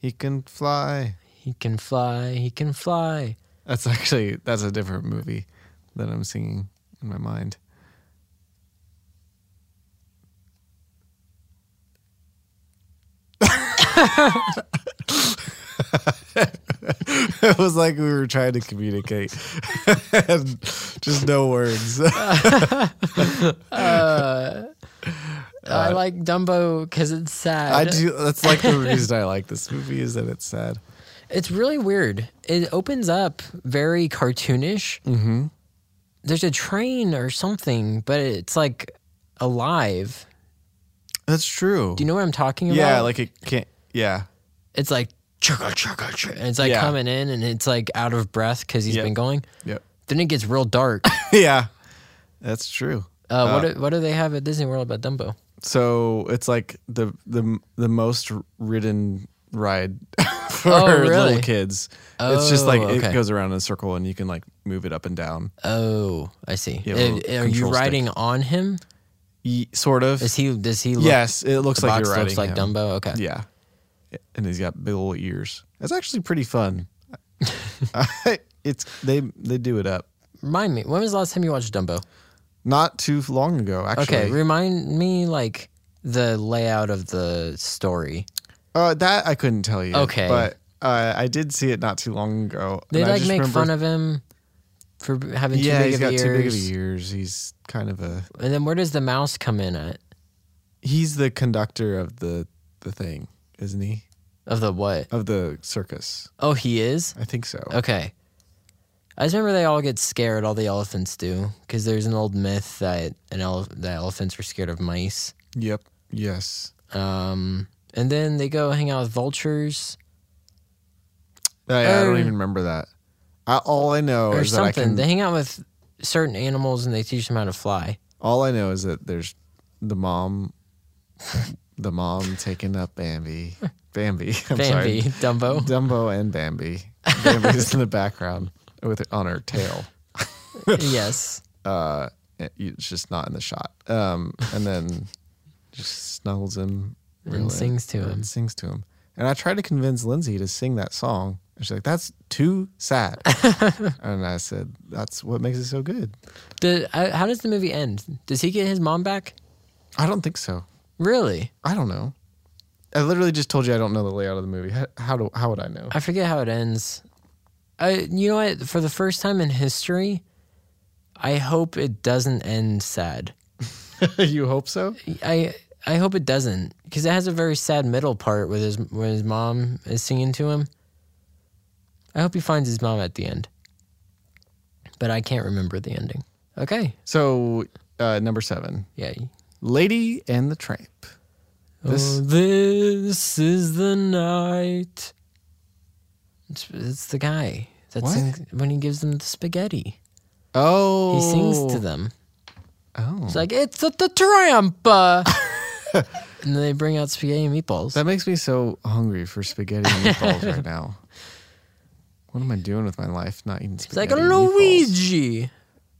Speaker 2: He can fly.
Speaker 1: He can fly. He can fly.
Speaker 2: That's *laughs* actually that's a different movie that I'm singing in my mind. *laughs* it was like we were trying to communicate *laughs* and just no *laughs* words.
Speaker 1: I like Dumbo because it's sad.
Speaker 2: Uh, I do that's like the reason I like this movie is that it's sad.
Speaker 1: It's really weird. It opens up very cartoonish. Mm-hmm. There's a train or something, but it's like alive.
Speaker 2: That's true.
Speaker 1: Do you know what I'm talking about?
Speaker 2: yeah, like it can't yeah.
Speaker 1: it's like chugga chugga chugga, and it's like
Speaker 2: Yeah.
Speaker 1: coming in, and it's like out of breath because he's
Speaker 2: Yep.
Speaker 1: been going.
Speaker 2: Yep. *laughs*
Speaker 1: Then it gets real dark. Uh,
Speaker 2: yeah. That's true.
Speaker 1: what
Speaker 2: Uh,
Speaker 1: do, what do they have at Disney World about Dumbo?
Speaker 2: so it's like the the the most ridden ride *laughs* for
Speaker 1: Oh, really?
Speaker 2: little kids. it's just like
Speaker 1: Oh, okay.
Speaker 2: it goes around in a circle and you can like move it up and down.
Speaker 1: Oh, I see.
Speaker 2: Yeah,
Speaker 1: Uh,
Speaker 2: little
Speaker 1: are you
Speaker 2: control stick.
Speaker 1: riding on him?
Speaker 2: Ye- sort of.
Speaker 1: Is he? Does he? Look,
Speaker 2: yes, it looks
Speaker 1: the
Speaker 2: like
Speaker 1: box
Speaker 2: you're riding
Speaker 1: looks like
Speaker 2: him.
Speaker 1: Dumbo. Okay.
Speaker 2: Yeah, and he's got big old ears. It's actually pretty
Speaker 1: *laughs*
Speaker 2: fun. *laughs* it's they they do it up.
Speaker 1: Remind me. When was the last time you watched Dumbo?
Speaker 2: Not too long ago, actually.
Speaker 1: Okay. Remind me like the layout of the story.
Speaker 2: Uh, that I couldn't tell you.
Speaker 1: Okay.
Speaker 2: but uh, I did see it not too long ago.
Speaker 1: They
Speaker 2: and I
Speaker 1: like
Speaker 2: just
Speaker 1: make
Speaker 2: remember-
Speaker 1: fun of him for b- having too
Speaker 2: Yeah,
Speaker 1: big
Speaker 2: he's
Speaker 1: of
Speaker 2: got
Speaker 1: ears.
Speaker 2: too big of ears. He's kind of a
Speaker 1: And then where does the mouse come in at?
Speaker 2: he's the conductor of the the thing, isn't he?
Speaker 1: Of the what?
Speaker 2: Of the circus,
Speaker 1: Oh, he is.
Speaker 2: I think so.
Speaker 1: Okay. I just remember they all get scared. All the elephants do, because there's an old myth that an ele- that elephants are scared of mice.
Speaker 2: Yep. Yes.
Speaker 1: Um, and then they go hang out with vultures
Speaker 2: I, I
Speaker 1: Or-
Speaker 2: don't even remember that. I, all I know
Speaker 1: or
Speaker 2: is that I
Speaker 1: something.
Speaker 2: can.
Speaker 1: They hang out with certain animals and they teach them how to fly.
Speaker 2: all I know is that there's the mom, *laughs* the mom taking up Bambi. Bambi. *laughs* I'm
Speaker 1: Bambi, *laughs*
Speaker 2: sorry. *laughs*
Speaker 1: Dumbo.
Speaker 2: Dumbo and Bambi. Bambi's in the background with on her tail.
Speaker 1: yes.
Speaker 2: uh, it- it's just not in the shot. Um, and then just snuggles him
Speaker 1: And sings to
Speaker 2: and
Speaker 1: him.
Speaker 2: Sings to him. And I tried to convince Lindsay to sing that song. And she's like, "That's too
Speaker 1: *laughs*
Speaker 2: sad." and I said, "That's what makes it so good."
Speaker 1: The, I, how does the movie end? Does he get his mom back?
Speaker 2: I don't think so.
Speaker 1: Really?
Speaker 2: I don't know. I literally just told you I don't know the layout of the movie. How, how do how would I know? *laughs*
Speaker 1: I forget how it ends. I, you know what? For the first time in history, I hope it doesn't end sad.
Speaker 2: you hope so?
Speaker 1: I I hope it doesn't because it has a very sad middle part with his when his mom is singing to him. I hope he finds his mom at the end, but I can't remember the ending. Okay,
Speaker 2: So uh, number seven,
Speaker 1: yeah.
Speaker 2: Lady and the Tramp. This
Speaker 1: oh, this is the night. It's, it's the guy that's
Speaker 2: What?
Speaker 1: when he gives them the spaghetti.
Speaker 2: oh
Speaker 1: He sings to them.
Speaker 2: Oh,
Speaker 1: It's like it's a, the tramp, uh,"
Speaker 2: *laughs*
Speaker 1: and then they bring out spaghetti and meatballs.
Speaker 2: That makes me so hungry for spaghetti and meatballs
Speaker 1: *laughs*
Speaker 2: right now. What am I doing with my life? Not eating
Speaker 1: It's like
Speaker 2: spaghetti.
Speaker 1: a
Speaker 2: and meatballs? Uh,
Speaker 1: Luigi.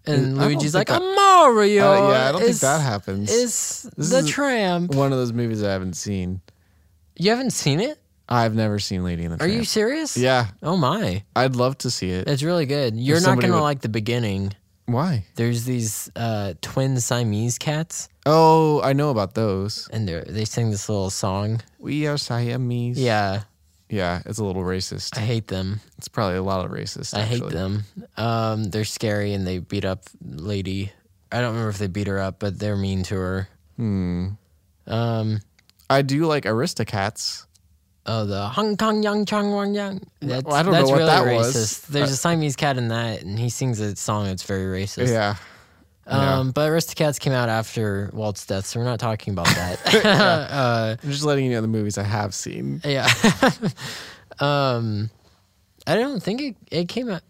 Speaker 1: And
Speaker 2: I don't
Speaker 1: Luigi's like
Speaker 2: think
Speaker 1: a Mario.
Speaker 2: Uh, yeah, I don't think
Speaker 1: is-
Speaker 2: that happens.
Speaker 1: Is
Speaker 2: This
Speaker 1: the
Speaker 2: is-
Speaker 1: tramp.
Speaker 2: One of those movies I haven't seen.
Speaker 1: You haven't seen it?
Speaker 2: I've never seen Lady in the
Speaker 1: Are
Speaker 2: Tramp.
Speaker 1: you serious?
Speaker 2: Yeah,
Speaker 1: Oh my.
Speaker 2: I'd love to see it.
Speaker 1: It's really good. You're not
Speaker 2: somebody
Speaker 1: gonna
Speaker 2: would-
Speaker 1: like the beginning.
Speaker 2: Why?
Speaker 1: There's these uh, twin Siamese cats
Speaker 2: Oh, I know about those.
Speaker 1: and they they sing this little song.
Speaker 2: We are Siamese.
Speaker 1: Yeah.
Speaker 2: yeah. It's a little racist.
Speaker 1: I hate them.
Speaker 2: It's probably a lot of racist.
Speaker 1: I hate
Speaker 2: actually.
Speaker 1: them. Um, they're scary and they beat up lady. I don't remember if they beat her up, but they're mean to her. Hmm. Um
Speaker 2: I do like Aristocats.
Speaker 1: Oh, the Hong Kong Yang Chong Wang Yang. That's,
Speaker 2: I don't know
Speaker 1: that's
Speaker 2: what
Speaker 1: really
Speaker 2: that
Speaker 1: racist.
Speaker 2: was. Uh,
Speaker 1: There's a Siamese cat in that, and he sings a song that's very racist. *laughs*
Speaker 2: Yeah.
Speaker 1: Um, But Aristocats came out after Walt's death, so we're not talking about that. *laughs*
Speaker 2: *laughs* I'm just letting you know the movies I have seen.
Speaker 1: yeah. *laughs* um, I don't think it, it came out.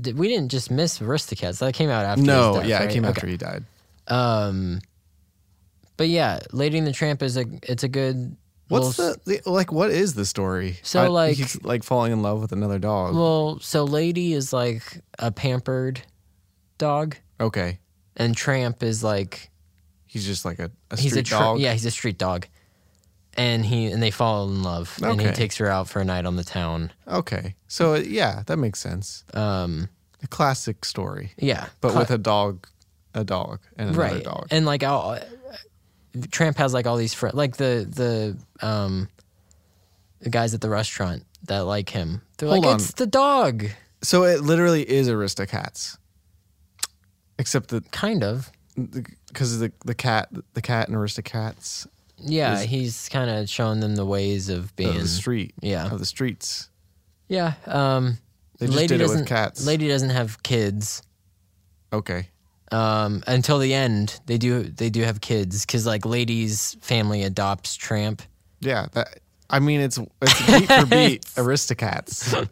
Speaker 1: did- We didn't just miss Aristocats. That came out after.
Speaker 2: no,
Speaker 1: his death,
Speaker 2: yeah,
Speaker 1: right?
Speaker 2: it came
Speaker 1: Okay.
Speaker 2: after he died.
Speaker 1: Um, but yeah, Lady and the Tramp is a it's a good.
Speaker 2: What's
Speaker 1: little,
Speaker 2: the, the like? What is the story?
Speaker 1: So, like-
Speaker 2: he's like falling in love with another dog.
Speaker 1: well? So Lady is like a pampered dog.
Speaker 2: okay,
Speaker 1: and Tramp is like
Speaker 2: He's just like a, a street
Speaker 1: he's a tr-
Speaker 2: dog.
Speaker 1: yeah, he's a street dog, and he and they fall in love, and he
Speaker 2: Okay.
Speaker 1: takes her out for a night on the town.
Speaker 2: Okay. So yeah, that makes sense.
Speaker 1: Um,
Speaker 2: A classic story,
Speaker 1: yeah,
Speaker 2: but
Speaker 1: Cla-
Speaker 2: with a dog, a dog, and another
Speaker 1: right
Speaker 2: dog.
Speaker 1: and like I'll, Tramp has like all these friends, like the the um, the guys at the restaurant that like him. They're
Speaker 2: Hold
Speaker 1: like,
Speaker 2: on.
Speaker 1: it's the dog,
Speaker 2: So it literally is Aristocats, except that
Speaker 1: kind of.
Speaker 2: because the the cat the cat in Aristocats
Speaker 1: Yeah,
Speaker 2: Is-
Speaker 1: he's kind of showing them the ways of
Speaker 2: of
Speaker 1: being.
Speaker 2: the street
Speaker 1: yeah.
Speaker 2: of the streets.
Speaker 1: Yeah. Um,
Speaker 2: They just
Speaker 1: lady
Speaker 2: did it
Speaker 1: doesn't.
Speaker 2: with cats.
Speaker 1: Lady doesn't have kids.
Speaker 2: Okay.
Speaker 1: um, until the end they do they do have kids because like lady's family adopts tramp
Speaker 2: Yeah, that I mean it's it's beat
Speaker 1: *laughs*
Speaker 2: for beat Aristocats,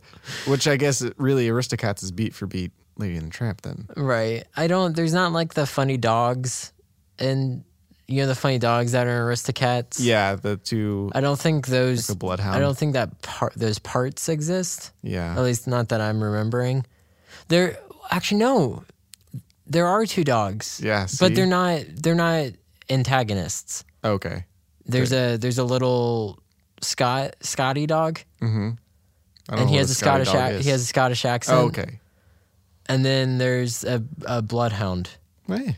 Speaker 2: which I guess really Aristocats is beat for beat Lady and the Tramp. Then
Speaker 1: right i don't there's not like the funny dogs and you know the funny dogs that are aristocats
Speaker 2: yeah, the two
Speaker 1: i don't think those
Speaker 2: the bloodhound.
Speaker 1: i don't think that part those parts exist at
Speaker 2: yeah,
Speaker 1: least not that i'm remembering there actually no there are two dogs
Speaker 2: yeah. see?
Speaker 1: but they're not they're not antagonists
Speaker 2: okay.
Speaker 1: there's a there's a little scott scotty dog
Speaker 2: Mm-hmm. I
Speaker 1: and
Speaker 2: don't know
Speaker 1: he
Speaker 2: what
Speaker 1: has a
Speaker 2: Oh, Scotty
Speaker 1: Scottish
Speaker 2: dog
Speaker 1: ac-
Speaker 2: is.
Speaker 1: he has a Scottish accent.
Speaker 2: oh, okay.
Speaker 1: And then there's a, a bloodhound,
Speaker 2: Hey.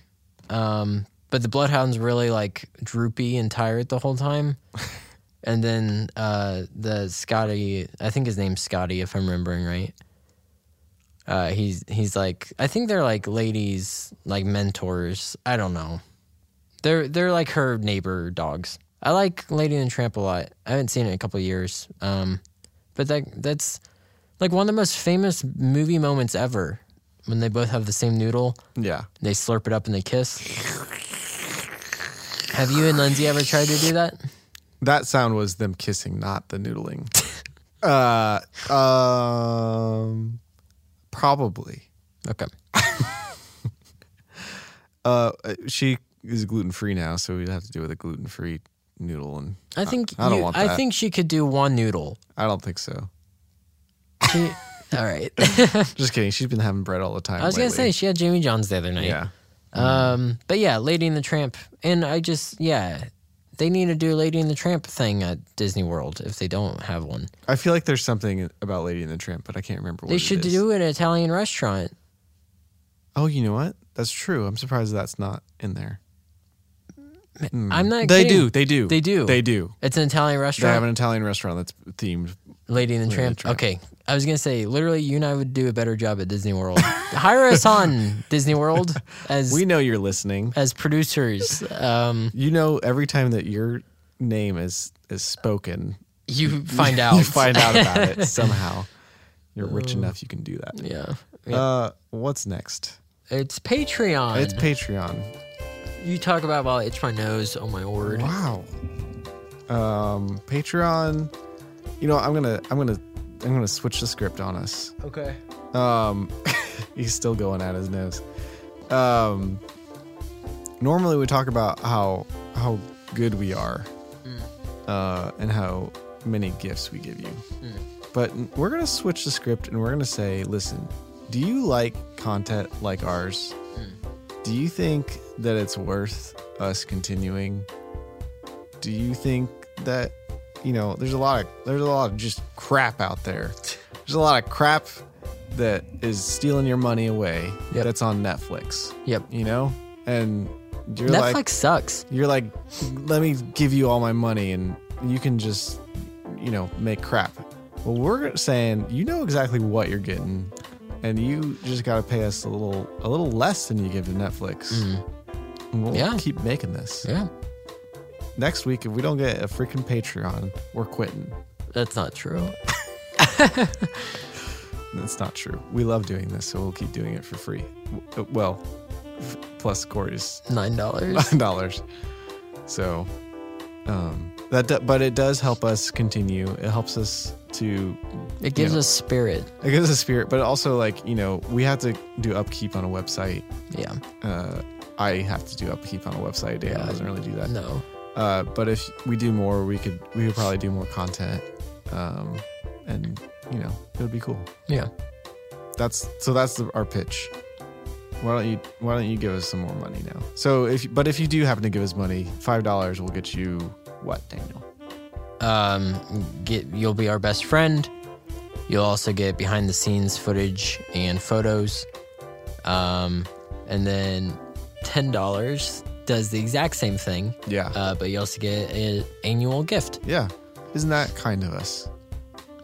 Speaker 1: um, but the bloodhound's really like droopy and tired the whole time. and then uh, the Scotty, I think his name's Scotty, if I'm remembering right. Uh, he's he's like I think they're like ladies like mentors. I don't know. They're they're like her neighbor dogs. I like Lady and the Tramp a lot. I haven't seen it in a couple years. Um, but that that's like one of the most famous movie moments ever when they both have the same noodle.
Speaker 2: Yeah.
Speaker 1: They slurp it up and they kiss. Have you and Lindsay ever tried to do that?
Speaker 2: That sound was them kissing, not the
Speaker 1: *laughs*
Speaker 2: noodling. uh, um, probably.
Speaker 1: Okay.
Speaker 2: Uh, she is gluten free now, so we'd have to do with a gluten free noodle, and
Speaker 1: I think
Speaker 2: I don't
Speaker 1: you-
Speaker 2: want
Speaker 1: I
Speaker 2: that.
Speaker 1: think she could do one noodle.
Speaker 2: I don't think so. *laughs*
Speaker 1: She, all right.
Speaker 2: Just kidding. She's been having bread all the
Speaker 1: *laughs*
Speaker 2: time.
Speaker 1: I was gonna say
Speaker 2: lately.
Speaker 1: she had Jamie Johns the other night.
Speaker 2: yeah. Mm-hmm.
Speaker 1: Um. But yeah, Lady and the Tramp, and I just yeah, they need to do a Lady and the Tramp thing at Disney World if they don't have one.
Speaker 2: I feel like there's something about Lady and the Tramp, but I can't remember what
Speaker 1: They
Speaker 2: it
Speaker 1: should
Speaker 2: is.
Speaker 1: do an Italian restaurant.
Speaker 2: Oh, you know what? That's true. I'm surprised that's not in there.
Speaker 1: I'm not.
Speaker 2: Mm. They
Speaker 1: kidding.
Speaker 2: do. They do.
Speaker 1: They do.
Speaker 2: They do.
Speaker 1: It's an Italian
Speaker 2: They have
Speaker 1: restaurant.
Speaker 2: an Italian restaurant that's themed.
Speaker 1: Lady and the
Speaker 2: Lady and
Speaker 1: Tramp.
Speaker 2: the Tramp.
Speaker 1: Okay. I was gonna say, literally, you and I would do a better job at Disney World. *laughs* Hire us
Speaker 2: *laughs*
Speaker 1: on Disney World as
Speaker 2: We know you're listening.
Speaker 1: as producers. Um,
Speaker 2: You know, every time that your name is is spoken,
Speaker 1: you find out.
Speaker 2: *laughs*
Speaker 1: Oh.
Speaker 2: you find *laughs* out
Speaker 1: *laughs*
Speaker 2: about it somehow. You're rich enough, you can do that.
Speaker 1: Yeah.
Speaker 2: Uh, what's next?
Speaker 1: It's Patreon.
Speaker 2: It's Patreon.
Speaker 1: you talk about well, it's my nose. Oh my word.
Speaker 2: Wow. Um, Patreon. You know, I'm gonna, I'm gonna, I'm gonna switch the script on us.
Speaker 1: Okay.
Speaker 2: Um, he's still going at his nose. Um, normally we talk about how how good we are, uh, and how many gifts we give you. But n- we're gonna switch the script and we're gonna say, listen, do you like content like ours? Do you think that it's worth us continuing? Do you think that you know there's a lot of there's a lot of just crap out there. There's a lot of crap that is stealing your money away
Speaker 1: Yep.
Speaker 2: that's on Netflix.
Speaker 1: Yep.
Speaker 2: You know? And you're
Speaker 1: Netflix
Speaker 2: like
Speaker 1: sucks.
Speaker 2: you're like, let me give you all my money and you can just, you know, make crap. Well, we're saying you know exactly what you're getting, and you just got to pay us a little, a little less than you give to Netflix. And we'll
Speaker 1: Mm. Yeah.
Speaker 2: keep making this.
Speaker 1: Yeah.
Speaker 2: Next week, if we don't get a freaking Patreon, we're quitting.
Speaker 1: That's not true.
Speaker 2: That's not true. We love doing this, so we'll keep doing it for free. W- uh, Well, f- plus Corey's
Speaker 1: Nine
Speaker 2: *laughs*
Speaker 1: dollars.
Speaker 2: nine dollars. So um, that, do, but it does help us continue. It helps us to
Speaker 1: It gives
Speaker 2: Yeah.
Speaker 1: us spirit.
Speaker 2: it gives us spirit, but also like you know we have to do upkeep on a website.
Speaker 1: Yeah.
Speaker 2: Uh, I have to do upkeep on a website. Dana
Speaker 1: Yeah.
Speaker 2: doesn't really do that.
Speaker 1: No.
Speaker 2: Uh, but if we do more, we could we could probably do more content, um, and you know it would be cool.
Speaker 1: Yeah.
Speaker 2: That's so that's the, our pitch. Why don't you Why don't you give us some more money now? So if but if you do happen to give us money, five dollars will get you what, Daniel?
Speaker 1: um, get you'll be our best friend. You'll also get behind the scenes footage and photos. Um, and then ten dollars does the exact same thing.
Speaker 2: Yeah.
Speaker 1: Uh, but you also get an annual gift.
Speaker 2: Yeah. Isn't that kind of us?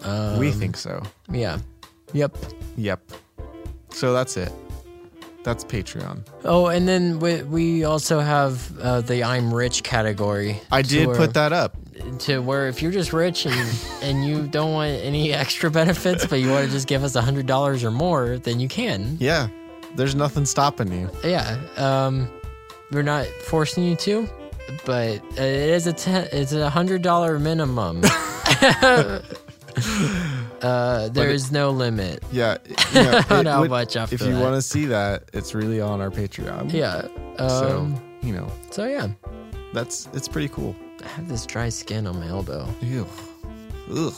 Speaker 1: um,
Speaker 2: we think so.
Speaker 1: Yeah. Yep.
Speaker 2: Yep. So that's it. That's Patreon.
Speaker 1: Oh, and then we, we also have uh, the I'm rich category.
Speaker 2: I did
Speaker 1: to where-
Speaker 2: put that up.
Speaker 1: to where if you're just rich and and you don't want any *laughs* extra benefits, but you want to just give us a hundred dollars or more, then you can.
Speaker 2: Yeah. There's nothing stopping you.
Speaker 1: yeah um we're not forcing you to but it is a ten, it's a hundred dollar
Speaker 2: *laughs*
Speaker 1: minimum uh there is no limit *laughs*
Speaker 2: Yeah. You know, it
Speaker 1: I'll
Speaker 2: would-
Speaker 1: watch out
Speaker 2: if
Speaker 1: for
Speaker 2: you
Speaker 1: that.
Speaker 2: want to see that, it's really on our Patreon.
Speaker 1: yeah
Speaker 2: So,
Speaker 1: um
Speaker 2: you know,
Speaker 1: so, yeah
Speaker 2: that's it's pretty cool.
Speaker 1: i have this dry skin on my elbow
Speaker 2: Ew. Ugh.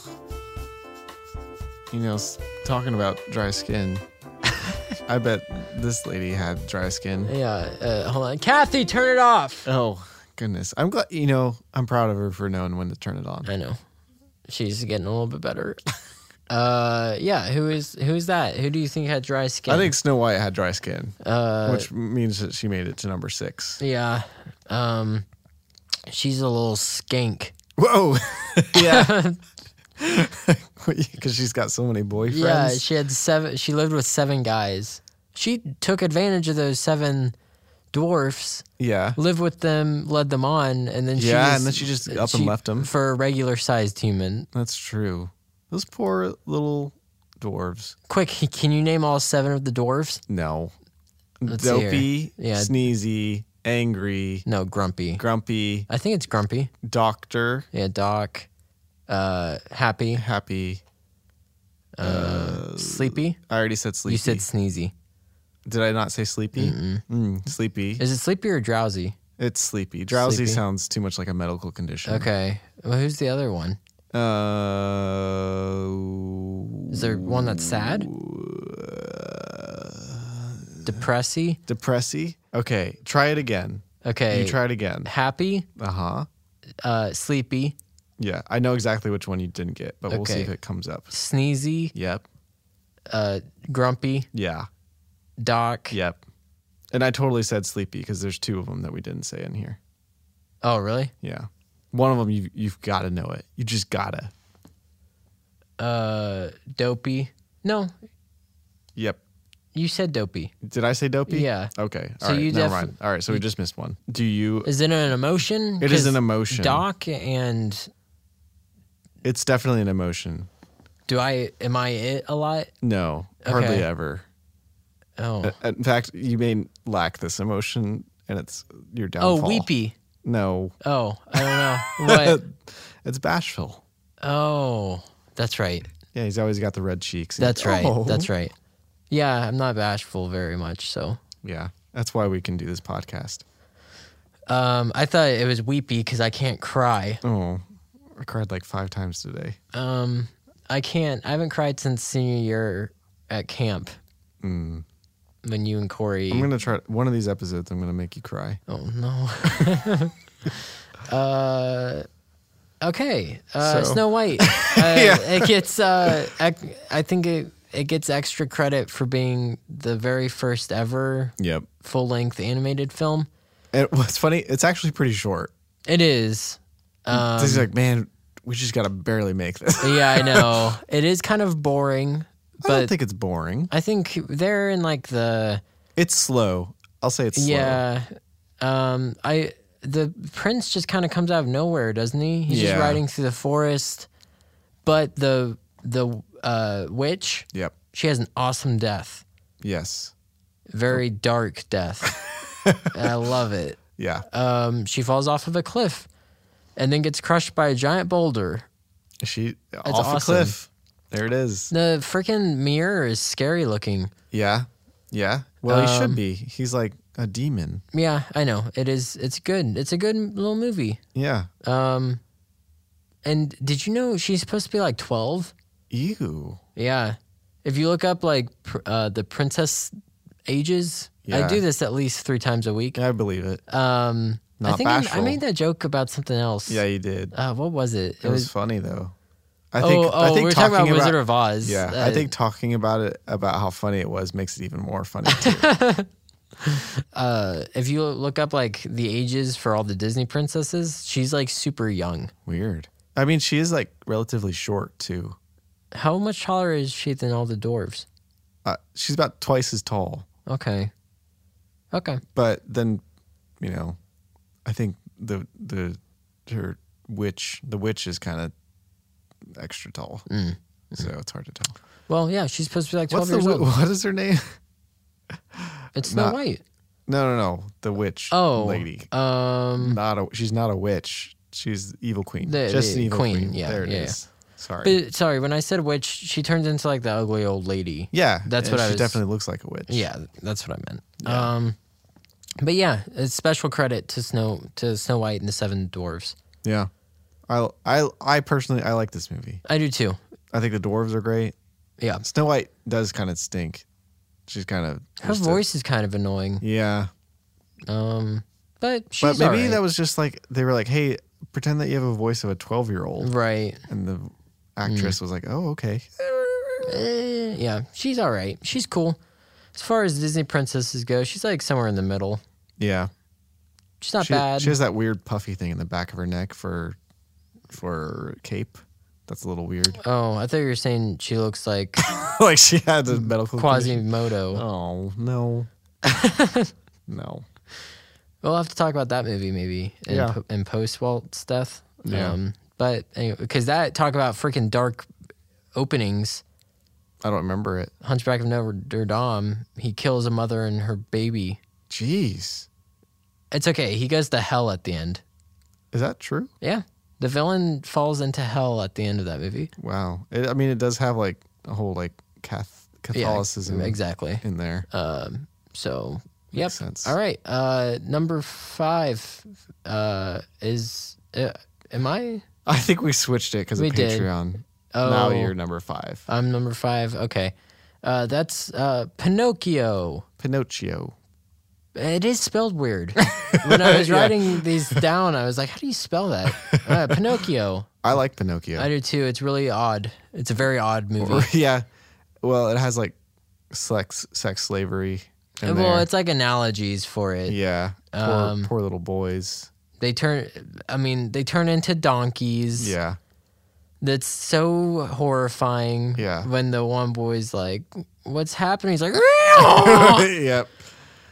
Speaker 2: You know, s- talking about dry skin. *laughs* I bet this lady had dry skin.
Speaker 1: yeah uh, hold on kathy turn it off
Speaker 2: Oh, goodness. I'm glad, you know, I'm proud of her for knowing when to turn it on.
Speaker 1: i know she's getting a little bit better *laughs* uh yeah who is who's that who do you think had dry skin
Speaker 2: I think Snow White had dry skin,
Speaker 1: uh
Speaker 2: which means that she made it to
Speaker 1: *laughs*
Speaker 2: number six.
Speaker 1: yeah um she's a little skank
Speaker 2: Whoa. *laughs* yeah. Because she's got so many boyfriends.
Speaker 1: Yeah, she had seven. She lived with seven guys. She took advantage of those seven dwarfs,
Speaker 2: yeah.
Speaker 1: lived with them, led them on, and then she
Speaker 2: Yeah,
Speaker 1: was-
Speaker 2: and then she just up and left 'em.
Speaker 1: for a regular sized human.
Speaker 2: That's true. Those poor little dwarves.
Speaker 1: Quick, *laughs* can you name all seven of the dwarfs?
Speaker 2: No.
Speaker 1: see here.
Speaker 2: Dopey,
Speaker 1: Yeah.
Speaker 2: sneezy, angry,
Speaker 1: No, Grumpy.
Speaker 2: grumpy,
Speaker 1: I think it's Grumpy.
Speaker 2: doctor,
Speaker 1: Yeah, Doc. Uh, happy,
Speaker 2: happy.
Speaker 1: sleepy.
Speaker 2: I already said Uh, sleepy.
Speaker 1: You said sneezy.
Speaker 2: Did I not say sleepy? Mm, sleepy.
Speaker 1: Is it sleepy or drowsy?
Speaker 2: It's sleepy. Drowsy
Speaker 1: Sleepy.
Speaker 2: sounds too much like a medical condition.
Speaker 1: Okay. Well, who's the other one?
Speaker 2: Uh,
Speaker 1: Is there one that's sad?
Speaker 2: uh,
Speaker 1: Depressy.
Speaker 2: depressy. Okay, try it again.
Speaker 1: Okay.
Speaker 2: You try it again.
Speaker 1: happy,
Speaker 2: Uh huh.
Speaker 1: uh, sleepy,
Speaker 2: Yeah, I know exactly which one you didn't get, but we'll see
Speaker 1: Okay.
Speaker 2: if it comes up.
Speaker 1: sneezy,
Speaker 2: Yep.
Speaker 1: uh, grumpy,
Speaker 2: Yeah.
Speaker 1: doc.
Speaker 2: Yep. And I totally said sleepy because there's two of them that we didn't say in here.
Speaker 1: Oh, really?
Speaker 2: Yeah. One of them you you've got to know it. You just gotta.
Speaker 1: Uh, dopey. No,
Speaker 2: Yep.
Speaker 1: you said dopey.
Speaker 2: Did I say dopey?
Speaker 1: Yeah.
Speaker 2: Okay.
Speaker 1: So
Speaker 2: All right.
Speaker 1: you
Speaker 2: Never
Speaker 1: def-
Speaker 2: mind. All right. So we just missed one. Do you?
Speaker 1: Is it an emotion?
Speaker 2: It is
Speaker 1: 'Cause
Speaker 2: an emotion.
Speaker 1: Doc and
Speaker 2: It's definitely an emotion.
Speaker 1: do I? Am I it a lot?
Speaker 2: No, hardly
Speaker 1: Okay.
Speaker 2: ever.
Speaker 1: Oh,
Speaker 2: Uh, In fact, you may lack this emotion, and it's your
Speaker 1: oh,
Speaker 2: downfall.
Speaker 1: weepy.
Speaker 2: No, Uh,
Speaker 1: Oh, I
Speaker 2: *laughs*
Speaker 1: don't know what.
Speaker 2: it's bashful.
Speaker 1: Oh, that's right.
Speaker 2: Yeah, he's always got the red cheeks.
Speaker 1: That's right.
Speaker 2: Oh.
Speaker 1: That's right. Yeah, I'm not bashful very much. So,
Speaker 2: Yeah, that's why we can do this podcast.
Speaker 1: um, I thought it was weepy because I can't cry.
Speaker 2: Oh, I cried like five times today.
Speaker 1: Um, I can't. I haven't cried since senior year at camp. When you and Corey.
Speaker 2: Mm. I'm gonna try one of these episodes. I'm gonna make you cry.
Speaker 1: oh no. *laughs* uh, okay. Uh,
Speaker 2: So-
Speaker 1: Snow
Speaker 2: *laughs*
Speaker 1: White. Uh, It gets. Uh, ec- I think it it gets extra credit for being the very first ever
Speaker 2: Yep.
Speaker 1: full length animated film.
Speaker 2: It was funny. It's actually pretty short.
Speaker 1: It is. Um,
Speaker 2: he's like, man, we just gotta barely make this. *laughs*
Speaker 1: yeah, I know. It is kind of boring,
Speaker 2: I don't
Speaker 1: but
Speaker 2: think it's boring.
Speaker 1: I think they're in like the
Speaker 2: It's slow. I'll say it's slow.
Speaker 1: Yeah. Um I the prince just kind of comes out of nowhere, doesn't he? He's
Speaker 2: Yeah.
Speaker 1: just riding through the forest. But the the uh witch,
Speaker 2: Yep.
Speaker 1: she has an awesome death.
Speaker 2: Yes.
Speaker 1: Very dark
Speaker 2: *laughs*
Speaker 1: death. I love it.
Speaker 2: Yeah.
Speaker 1: Um she falls off of a cliff and then gets crushed by a giant boulder.
Speaker 2: She off
Speaker 1: awesome.
Speaker 2: a cliff. There it is.
Speaker 1: The freaking mirror is scary looking.
Speaker 2: Yeah. Yeah. Well, he
Speaker 1: Um,
Speaker 2: should be. He's like a demon.
Speaker 1: Yeah, I know. It is it's good. It's a good little movie.
Speaker 2: Yeah.
Speaker 1: Um and did you know she's supposed to be like 12?
Speaker 2: Ew.
Speaker 1: Yeah. If you look up like pr- uh, the princess ages, I do this at least three times a week.
Speaker 2: I believe it.
Speaker 1: Um, I
Speaker 2: Not
Speaker 1: think I- I,
Speaker 2: bashful.
Speaker 1: made that joke about something else.
Speaker 2: Yeah, you did.
Speaker 1: Uh, what was it?
Speaker 2: It was, funny though. I
Speaker 1: oh,
Speaker 2: think.
Speaker 1: oh,
Speaker 2: I think
Speaker 1: we were talking about
Speaker 2: talking
Speaker 1: Wizard of Oz.
Speaker 2: Yeah,
Speaker 1: Uh,
Speaker 2: I think talking about it about how funny it was makes it even more
Speaker 1: *laughs*
Speaker 2: funny. Too.
Speaker 1: uh, if you look up like the ages for all the Disney princesses, she's like super young.
Speaker 2: Weird. I mean, she is like relatively short too.
Speaker 1: How much taller is she than all the dwarves?
Speaker 2: Uh, she's about twice as tall,
Speaker 1: Okay, okay.
Speaker 2: but then, you know, I think the the her witch the witch is kind of extra tall, so it's hard to tell.
Speaker 1: Well, yeah, she's supposed to be like Mm. twelve
Speaker 2: What's the
Speaker 1: years
Speaker 2: wi-
Speaker 1: old.
Speaker 2: *laughs* what is her name?
Speaker 1: It's Snow
Speaker 2: not-
Speaker 1: White.
Speaker 2: No, no, no. The witch
Speaker 1: Oh,
Speaker 2: lady.
Speaker 1: Um,
Speaker 2: Not a. She's not a witch. She's evil queen.
Speaker 1: The-
Speaker 2: Just
Speaker 1: the
Speaker 2: an evil
Speaker 1: queen,
Speaker 2: queen.
Speaker 1: yeah,
Speaker 2: there it is.
Speaker 1: yeah,
Speaker 2: Sorry.
Speaker 1: but sorry, when I said witch, she turns into like the ugly old lady.
Speaker 2: yeah,
Speaker 1: that's
Speaker 2: and
Speaker 1: what I
Speaker 2: She
Speaker 1: was-
Speaker 2: definitely looks like a witch.
Speaker 1: Yeah, that's what I meant. Um, but yeah, it's special credit to Snow to Snow White and the Seven Dwarves.
Speaker 2: yeah. I, I, I personally, I like this movie.
Speaker 1: I do too.
Speaker 2: I think the dwarves are great.
Speaker 1: Yeah,
Speaker 2: Snow White does kind of stink. She's kind of
Speaker 1: her
Speaker 2: just a-
Speaker 1: voice is kind of annoying.
Speaker 2: yeah,
Speaker 1: Um, but she's
Speaker 2: but maybe
Speaker 1: alright.
Speaker 2: that was just like they were like, hey, pretend that you have a voice of a
Speaker 1: Mm.
Speaker 2: twelve-year-old,
Speaker 1: right.
Speaker 2: and the
Speaker 1: Mm.
Speaker 2: actress was like, oh, okay.
Speaker 1: Eh, yeah, she's all right. She's cool. As far as Disney princesses go, she's like somewhere in the middle.
Speaker 2: Yeah,
Speaker 1: She's not
Speaker 2: she,
Speaker 1: bad.
Speaker 2: she has that weird puffy thing in the back of her neck for for cape. That's a little weird. *laughs*
Speaker 1: oh, I thought you were saying she looks like
Speaker 2: like she had a medical condition.
Speaker 1: Quasimodo.
Speaker 2: Oh
Speaker 1: *laughs*
Speaker 2: no, no.
Speaker 1: We'll have to talk about that movie maybe in,
Speaker 2: Yeah.
Speaker 1: po- in post Walt's death.
Speaker 2: Yeah.
Speaker 1: Um, but anyway, because that talk about freaking dark openings,
Speaker 2: I don't remember it.
Speaker 1: Hunchback of Notre Dame, he kills a mother and her baby.
Speaker 2: Jeez,
Speaker 1: It's okay. He goes to hell at the end.
Speaker 2: is that true?
Speaker 1: Yeah. The villain falls into hell at the end of that movie.
Speaker 2: Wow. It, I mean, it does have like a whole like cath-
Speaker 1: Yeah,
Speaker 2: Catholicism
Speaker 1: exactly.
Speaker 2: in there.
Speaker 1: So, yep.
Speaker 2: sense.
Speaker 1: All right. Uh, number five uh, is. Uh, am I?
Speaker 2: I think we switched it because of
Speaker 1: we did.
Speaker 2: Patreon.
Speaker 1: Oh.
Speaker 2: Now you're number five.
Speaker 1: I'm number five. Okay. Uh, that's uh, Pinocchio.
Speaker 2: Pinocchio.
Speaker 1: It is spelled
Speaker 2: *laughs*
Speaker 1: weird. when I was writing these down, I was like, how do you spell that? Uh, Pinocchio.
Speaker 2: I like Pinocchio. *laughs*
Speaker 1: I do too. It's really odd. It's a very odd movie.
Speaker 2: yeah. Well, it has like sex sex slavery. In
Speaker 1: well,
Speaker 2: there.
Speaker 1: it's like analogies for it.
Speaker 2: yeah. Poor,
Speaker 1: um,
Speaker 2: poor little boys.
Speaker 1: They turn, I mean, they turn into donkeys.
Speaker 2: Yeah.
Speaker 1: *laughs*
Speaker 2: *laughs*
Speaker 1: That's so horrifying.
Speaker 2: Yeah.
Speaker 1: When the one boy's like, what's happening? He's like,
Speaker 2: *laughs*
Speaker 1: *laughs* "Meow!"
Speaker 2: yep.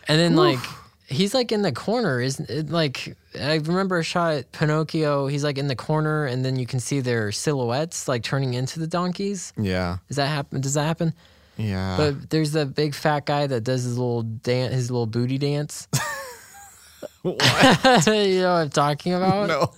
Speaker 1: and then like, he's like in the corner, isn't it? Like, I remember a shot, Pinocchio, he's like in the corner, and then you can see their silhouettes like turning into the donkeys.
Speaker 2: Yeah.
Speaker 1: Does that happen? Does that happen?
Speaker 2: Yeah. *laughs*
Speaker 1: But there's the big fat guy that does his little dance, his little booty
Speaker 2: *laughs*
Speaker 1: dance. *laughs* you know what I'm talking about?
Speaker 2: no.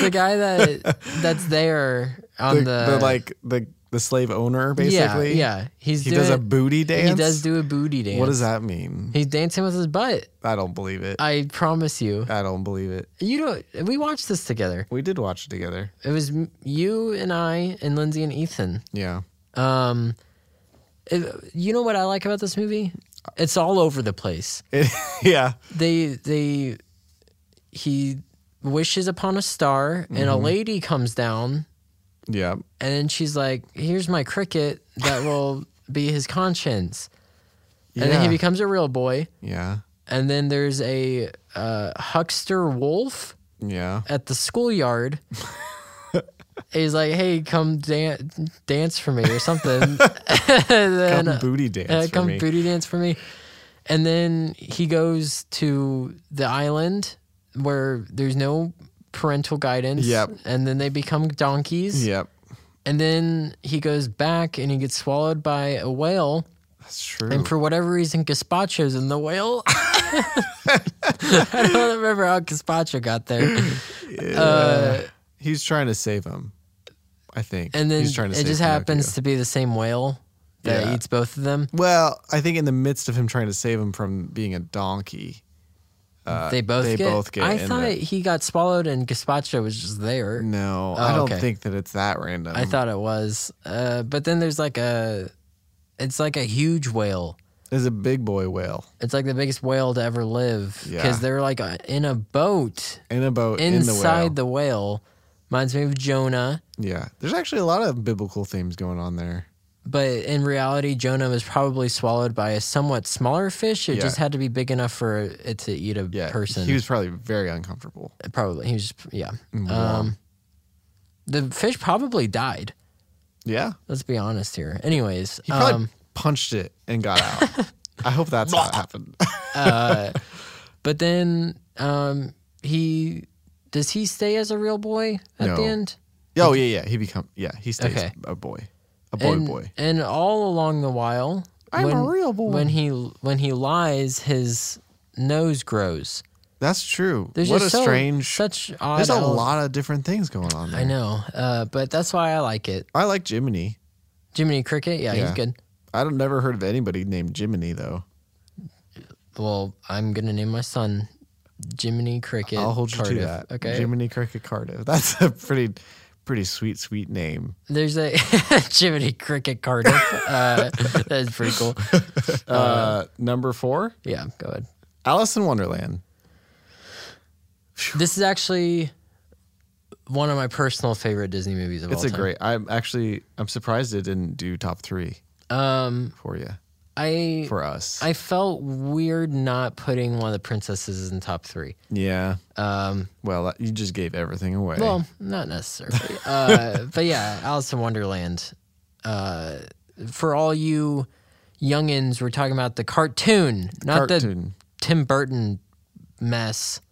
Speaker 1: The guy
Speaker 2: *laughs*
Speaker 1: that that's there on
Speaker 2: The,
Speaker 1: the,
Speaker 2: the, like the the slave owner basically.
Speaker 1: Yeah, yeah. He's
Speaker 2: He
Speaker 1: doing,
Speaker 2: does a booty dance.
Speaker 1: He does do a booty dance.
Speaker 2: What does that mean?
Speaker 1: He's dancing with his butt.
Speaker 2: I don't believe it.
Speaker 1: I promise you.
Speaker 2: I don't believe it.
Speaker 1: You don't. We watched this together.
Speaker 2: We did watch it together.
Speaker 1: It was m- you and I and Lindsay and Ethan.
Speaker 2: Yeah. *laughs*
Speaker 1: Um, it- you know what I like about this movie? It's all over the place.
Speaker 2: It, yeah.
Speaker 1: they they he wishes upon a star and a lady comes down
Speaker 2: Yeah.
Speaker 1: and then she's like here's my cricket that will be his conscience and then he
Speaker 2: Yeah.
Speaker 1: becomes a real boy
Speaker 2: Yeah.
Speaker 1: and then there's a uh, huckster wolf
Speaker 2: Yeah.
Speaker 1: at the
Speaker 2: *laughs*
Speaker 1: schoolyard he's like hey come dan- dance for me or something and then,
Speaker 2: *laughs* Come booty dance
Speaker 1: uh,
Speaker 2: for
Speaker 1: come
Speaker 2: me.
Speaker 1: booty dance for me. And then he goes to the island where there's no parental guidance.
Speaker 2: Yep.
Speaker 1: And then they become donkeys.
Speaker 2: yep.
Speaker 1: And then he goes back and he gets swallowed by a whale.
Speaker 2: That's true.
Speaker 1: And for whatever reason, Gazpacho's in the whale. *laughs* I don't remember how Gazpacho got there.
Speaker 2: He's trying to save him. I think.
Speaker 1: And then
Speaker 2: He's trying to
Speaker 1: it
Speaker 2: save
Speaker 1: just
Speaker 2: Pinocchio.
Speaker 1: happens to be the same whale that
Speaker 2: Yeah.
Speaker 1: eats both of them.
Speaker 2: Well, I think in the midst of him trying to save him from being a donkey.
Speaker 1: they both
Speaker 2: Uh, they
Speaker 1: get.
Speaker 2: both get
Speaker 1: I
Speaker 2: in Mm.
Speaker 1: thought
Speaker 2: the-
Speaker 1: he got swallowed and Gazpacho was just there.
Speaker 2: No,
Speaker 1: Oh,
Speaker 2: I don't
Speaker 1: okay.
Speaker 2: think that it's that random.
Speaker 1: I thought it was. Uh, but then there's like a, it's like a huge whale.
Speaker 2: is a big boy whale
Speaker 1: It's like the biggest whale to ever live because
Speaker 2: Yeah.
Speaker 1: they're like uh, in a boat
Speaker 2: in a boat in
Speaker 1: inside
Speaker 2: the
Speaker 1: the whale. Reminds me of Jonah,
Speaker 2: whale. yeah, there's actually a lot of biblical themes going on there.
Speaker 1: but in reality, Jonah was probably swallowed by a somewhat smaller fish. It
Speaker 2: Yeah.
Speaker 1: just had to be big enough for it to eat a
Speaker 2: Yeah,
Speaker 1: person.
Speaker 2: He was probably very uncomfortable.
Speaker 1: probably he was just, yeah.
Speaker 2: Mm,
Speaker 1: Um, the fish probably died.
Speaker 2: Yeah,
Speaker 1: Let's be honest here. Anyways,
Speaker 2: he probably
Speaker 1: um,
Speaker 2: punched it and
Speaker 1: *laughs*
Speaker 2: got out. I hope that's what happened. *laughs*
Speaker 1: But then um, he does he stay as a real boy at the
Speaker 2: No.
Speaker 1: end?
Speaker 2: oh yeah, yeah. He become yeah. He stays
Speaker 1: Okay.
Speaker 2: a boy, a boy,
Speaker 1: and,
Speaker 2: boy.
Speaker 1: And all along the while,
Speaker 2: I'm a real boy.
Speaker 1: When he when he lies, his nose grows.
Speaker 2: That's true.
Speaker 1: There's
Speaker 2: what a
Speaker 1: just so-
Speaker 2: strange.
Speaker 1: such odd.
Speaker 2: There's a
Speaker 1: ele-
Speaker 2: lot of different things going on there.
Speaker 1: I know, uh, but that's why I like it.
Speaker 2: I like Jiminy.
Speaker 1: Jiminy Cricket, yeah, he's
Speaker 2: Yeah.
Speaker 1: good.
Speaker 2: I've never heard of anybody named Jiminy though.
Speaker 1: Well, I'm gonna name my son Jiminy Cricket.
Speaker 2: I'll hold you
Speaker 1: Cardiff.
Speaker 2: to that.
Speaker 1: Okay.
Speaker 2: Jiminy Cricket Cardiff. *laughs* That's a pretty, pretty sweet, sweet name.
Speaker 1: There's a *laughs* Jiminy Cricket Cardiff. uh, *laughs* that's pretty cool.
Speaker 2: Uh, number four,
Speaker 1: Yeah, go ahead.
Speaker 2: Alice in Wonderland.
Speaker 1: This is actually one of my personal favorite Disney movies of
Speaker 2: It's
Speaker 1: all
Speaker 2: a
Speaker 1: time.
Speaker 2: great. I'm actually. I'm surprised it didn't do top three
Speaker 1: Um,
Speaker 2: for you.
Speaker 1: I
Speaker 2: For us.
Speaker 1: I felt weird not putting one of the princesses in top three.
Speaker 2: yeah.
Speaker 1: Um,
Speaker 2: Well, uh, you just gave everything away.
Speaker 1: well, not necessarily, *laughs* uh, but yeah, Alice in Wonderland. Uh, for all you youngins, we're talking about the cartoon, not
Speaker 2: Cartoon.
Speaker 1: the Tim Burton mess.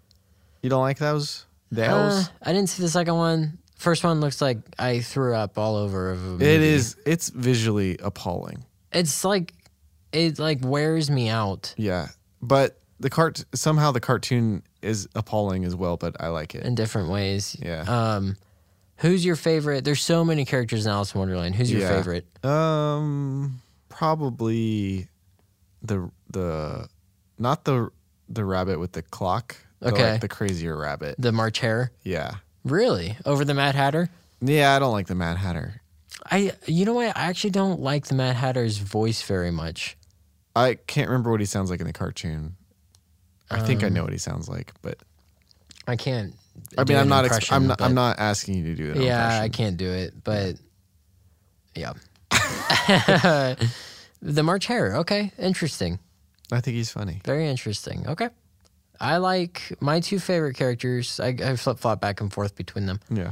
Speaker 2: you don't like those?
Speaker 1: Uh,
Speaker 2: Those.
Speaker 1: I didn't see the second one. First one looks like I threw up all over. Of a movie.
Speaker 2: it is. It's visually appalling.
Speaker 1: it's like it like wears me out
Speaker 2: Yeah, but the cart somehow the cartoon is appalling as well. But I like it.
Speaker 1: in different ways.
Speaker 2: Yeah.
Speaker 1: Um, who's your favorite? There's so many characters in Alice in Wonderland. Who's your
Speaker 2: Yeah.
Speaker 1: favorite?
Speaker 2: Um, probably the the not the the rabbit with the clock. The,
Speaker 1: Okay.
Speaker 2: like, the crazier rabbit.
Speaker 1: The March Hare.
Speaker 2: Yeah,
Speaker 1: Really? Over the Mad Hatter?
Speaker 2: yeah. I don't like the Mad Hatter.
Speaker 1: I you know what? I actually don't like the Mad Hatter's voice very much.
Speaker 2: I can't remember what he sounds like in the cartoon. I think I
Speaker 1: Um,
Speaker 2: know what he sounds like, but
Speaker 1: I can't.
Speaker 2: I
Speaker 1: do
Speaker 2: mean,
Speaker 1: an
Speaker 2: I'm not. Ex-
Speaker 1: impression,
Speaker 2: I'm not. I'm
Speaker 1: but-
Speaker 2: not asking you to do that.
Speaker 1: Yeah, I can't do it, but yeah. *laughs* the March Hare. Okay, interesting.
Speaker 2: I think he's funny.
Speaker 1: Very interesting. Okay. I like my two favorite characters. I, I flip flop back and forth between them.
Speaker 2: Yeah.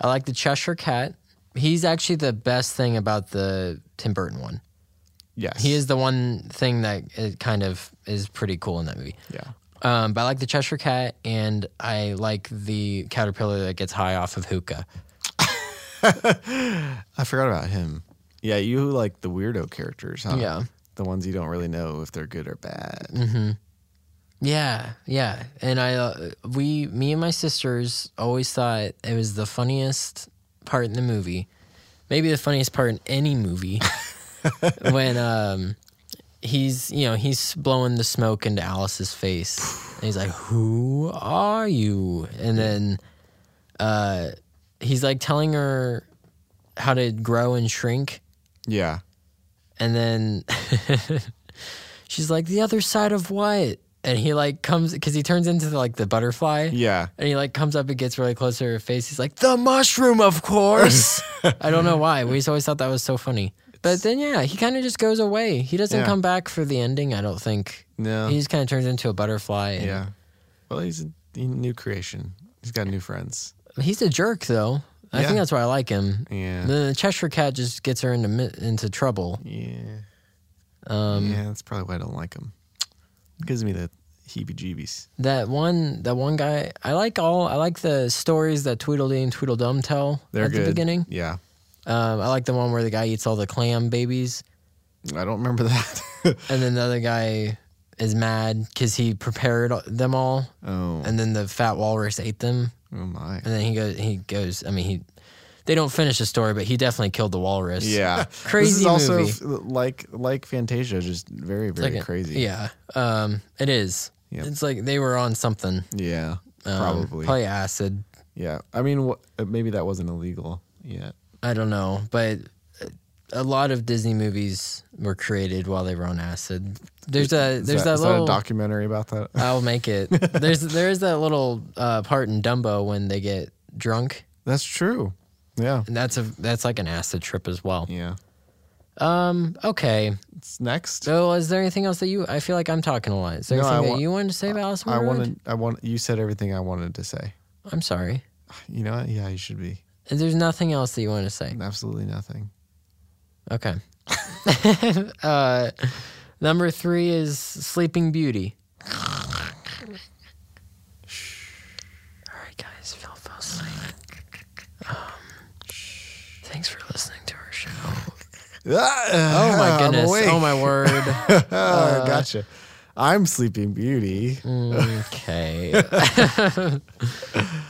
Speaker 1: I like the Cheshire Cat. He's actually the best thing about the Tim Burton one.
Speaker 2: Yes.
Speaker 1: He is the one thing that it kind of is pretty cool in that movie.
Speaker 2: Yeah.
Speaker 1: Um, but I like the Cheshire Cat, and I like the caterpillar that gets high off of hookah.
Speaker 2: I forgot about him. Yeah, you like the weirdo characters, huh?
Speaker 1: Yeah. Mm-hmm.
Speaker 2: The ones you don't really know if they're good or bad.
Speaker 1: Yeah, yeah. And I, uh, we, me and my sisters always thought it was the funniest part in the movie, maybe the funniest part in any movie, when um, he's, you know, he's blowing the smoke into Alice's face, and he's like, "Who are you?" And then, uh, he's like telling her how to grow and shrink,
Speaker 2: Yeah.
Speaker 1: and then *laughs* she's like, the other side of what? And he like comes because he turns into like the butterfly.
Speaker 2: Yeah.
Speaker 1: And he like comes up and gets really close to her face. He's like, the mushroom, of
Speaker 2: *laughs*
Speaker 1: course. I don't know why. We just always thought that was so funny. But then yeah, he kind of just goes away. He doesn't
Speaker 2: Yeah.
Speaker 1: come back for the ending. I don't think.
Speaker 2: No.
Speaker 1: He just kind of turns into a butterfly. and-
Speaker 2: yeah. Well, he's a he- new creation. He's got new friends.
Speaker 1: He's a jerk though. I
Speaker 2: Yeah.
Speaker 1: think that's why I like him.
Speaker 2: Yeah.
Speaker 1: The Cheshire Cat just gets her into mi- into trouble.
Speaker 2: Yeah.
Speaker 1: Um,
Speaker 2: yeah, that's probably why I don't like him. Gives me the heebie-jeebies.
Speaker 1: That one, that one guy. I like all. I like the stories that Tweedledee and Tweedledum tell
Speaker 2: They're
Speaker 1: at
Speaker 2: good.
Speaker 1: the beginning.
Speaker 2: Yeah.
Speaker 1: Um, I like the one where the guy eats all the clam babies,
Speaker 2: I don't remember *laughs* that.
Speaker 1: and then the other guy is mad because he prepared them all,
Speaker 2: oh.
Speaker 1: and then the fat walrus ate them,
Speaker 2: oh my.
Speaker 1: and then he goes. He goes. I mean, he. They don't finish the story, but he definitely killed the walrus.
Speaker 2: Yeah.
Speaker 1: Crazy
Speaker 2: This is also
Speaker 1: movie.
Speaker 2: f- like like Fantasia, just very very
Speaker 1: Like a-
Speaker 2: crazy.
Speaker 1: Yeah, um, it is.
Speaker 2: Yep.
Speaker 1: It's like they were on something.
Speaker 2: Yeah.
Speaker 1: Um,
Speaker 2: Probably.
Speaker 1: probably acid.
Speaker 2: Yeah, I mean, wh- uh, maybe that wasn't illegal yet.
Speaker 1: I don't know, but a lot of Disney movies were created while they were on acid. There's a
Speaker 2: Is
Speaker 1: there's that,
Speaker 2: is
Speaker 1: little Uh,
Speaker 2: a documentary about that?
Speaker 1: *laughs* I'll make it. There's there is that little uh, part in Dumbo when they get drunk,
Speaker 2: *laughs* That's true. Yeah.
Speaker 1: and that's a that's like an acid trip as well.
Speaker 2: Yeah.
Speaker 1: Um. Okay.
Speaker 2: It's next.
Speaker 1: So, is there anything else that you? I feel like I'm talking a lot. Is there
Speaker 2: No,
Speaker 1: anything
Speaker 2: I
Speaker 1: that
Speaker 2: wa-
Speaker 1: you wanted to say about Alice in
Speaker 2: I
Speaker 1: Wonderland?
Speaker 2: wanted. I want. You said everything I wanted to say.
Speaker 1: I'm sorry.
Speaker 2: You know what? Yeah, you should be.
Speaker 1: There's nothing else that you want to say.
Speaker 2: Absolutely nothing.
Speaker 1: Okay. *laughs* uh, number three is Sleeping Beauty. All right, guys, Phil fell asleep. Um, thanks for listening to our show. Oh
Speaker 2: *laughs* oh
Speaker 1: my goodness! Oh my uh, word.
Speaker 2: Ah, gotcha. I'm Sleeping Beauty.
Speaker 1: Okay.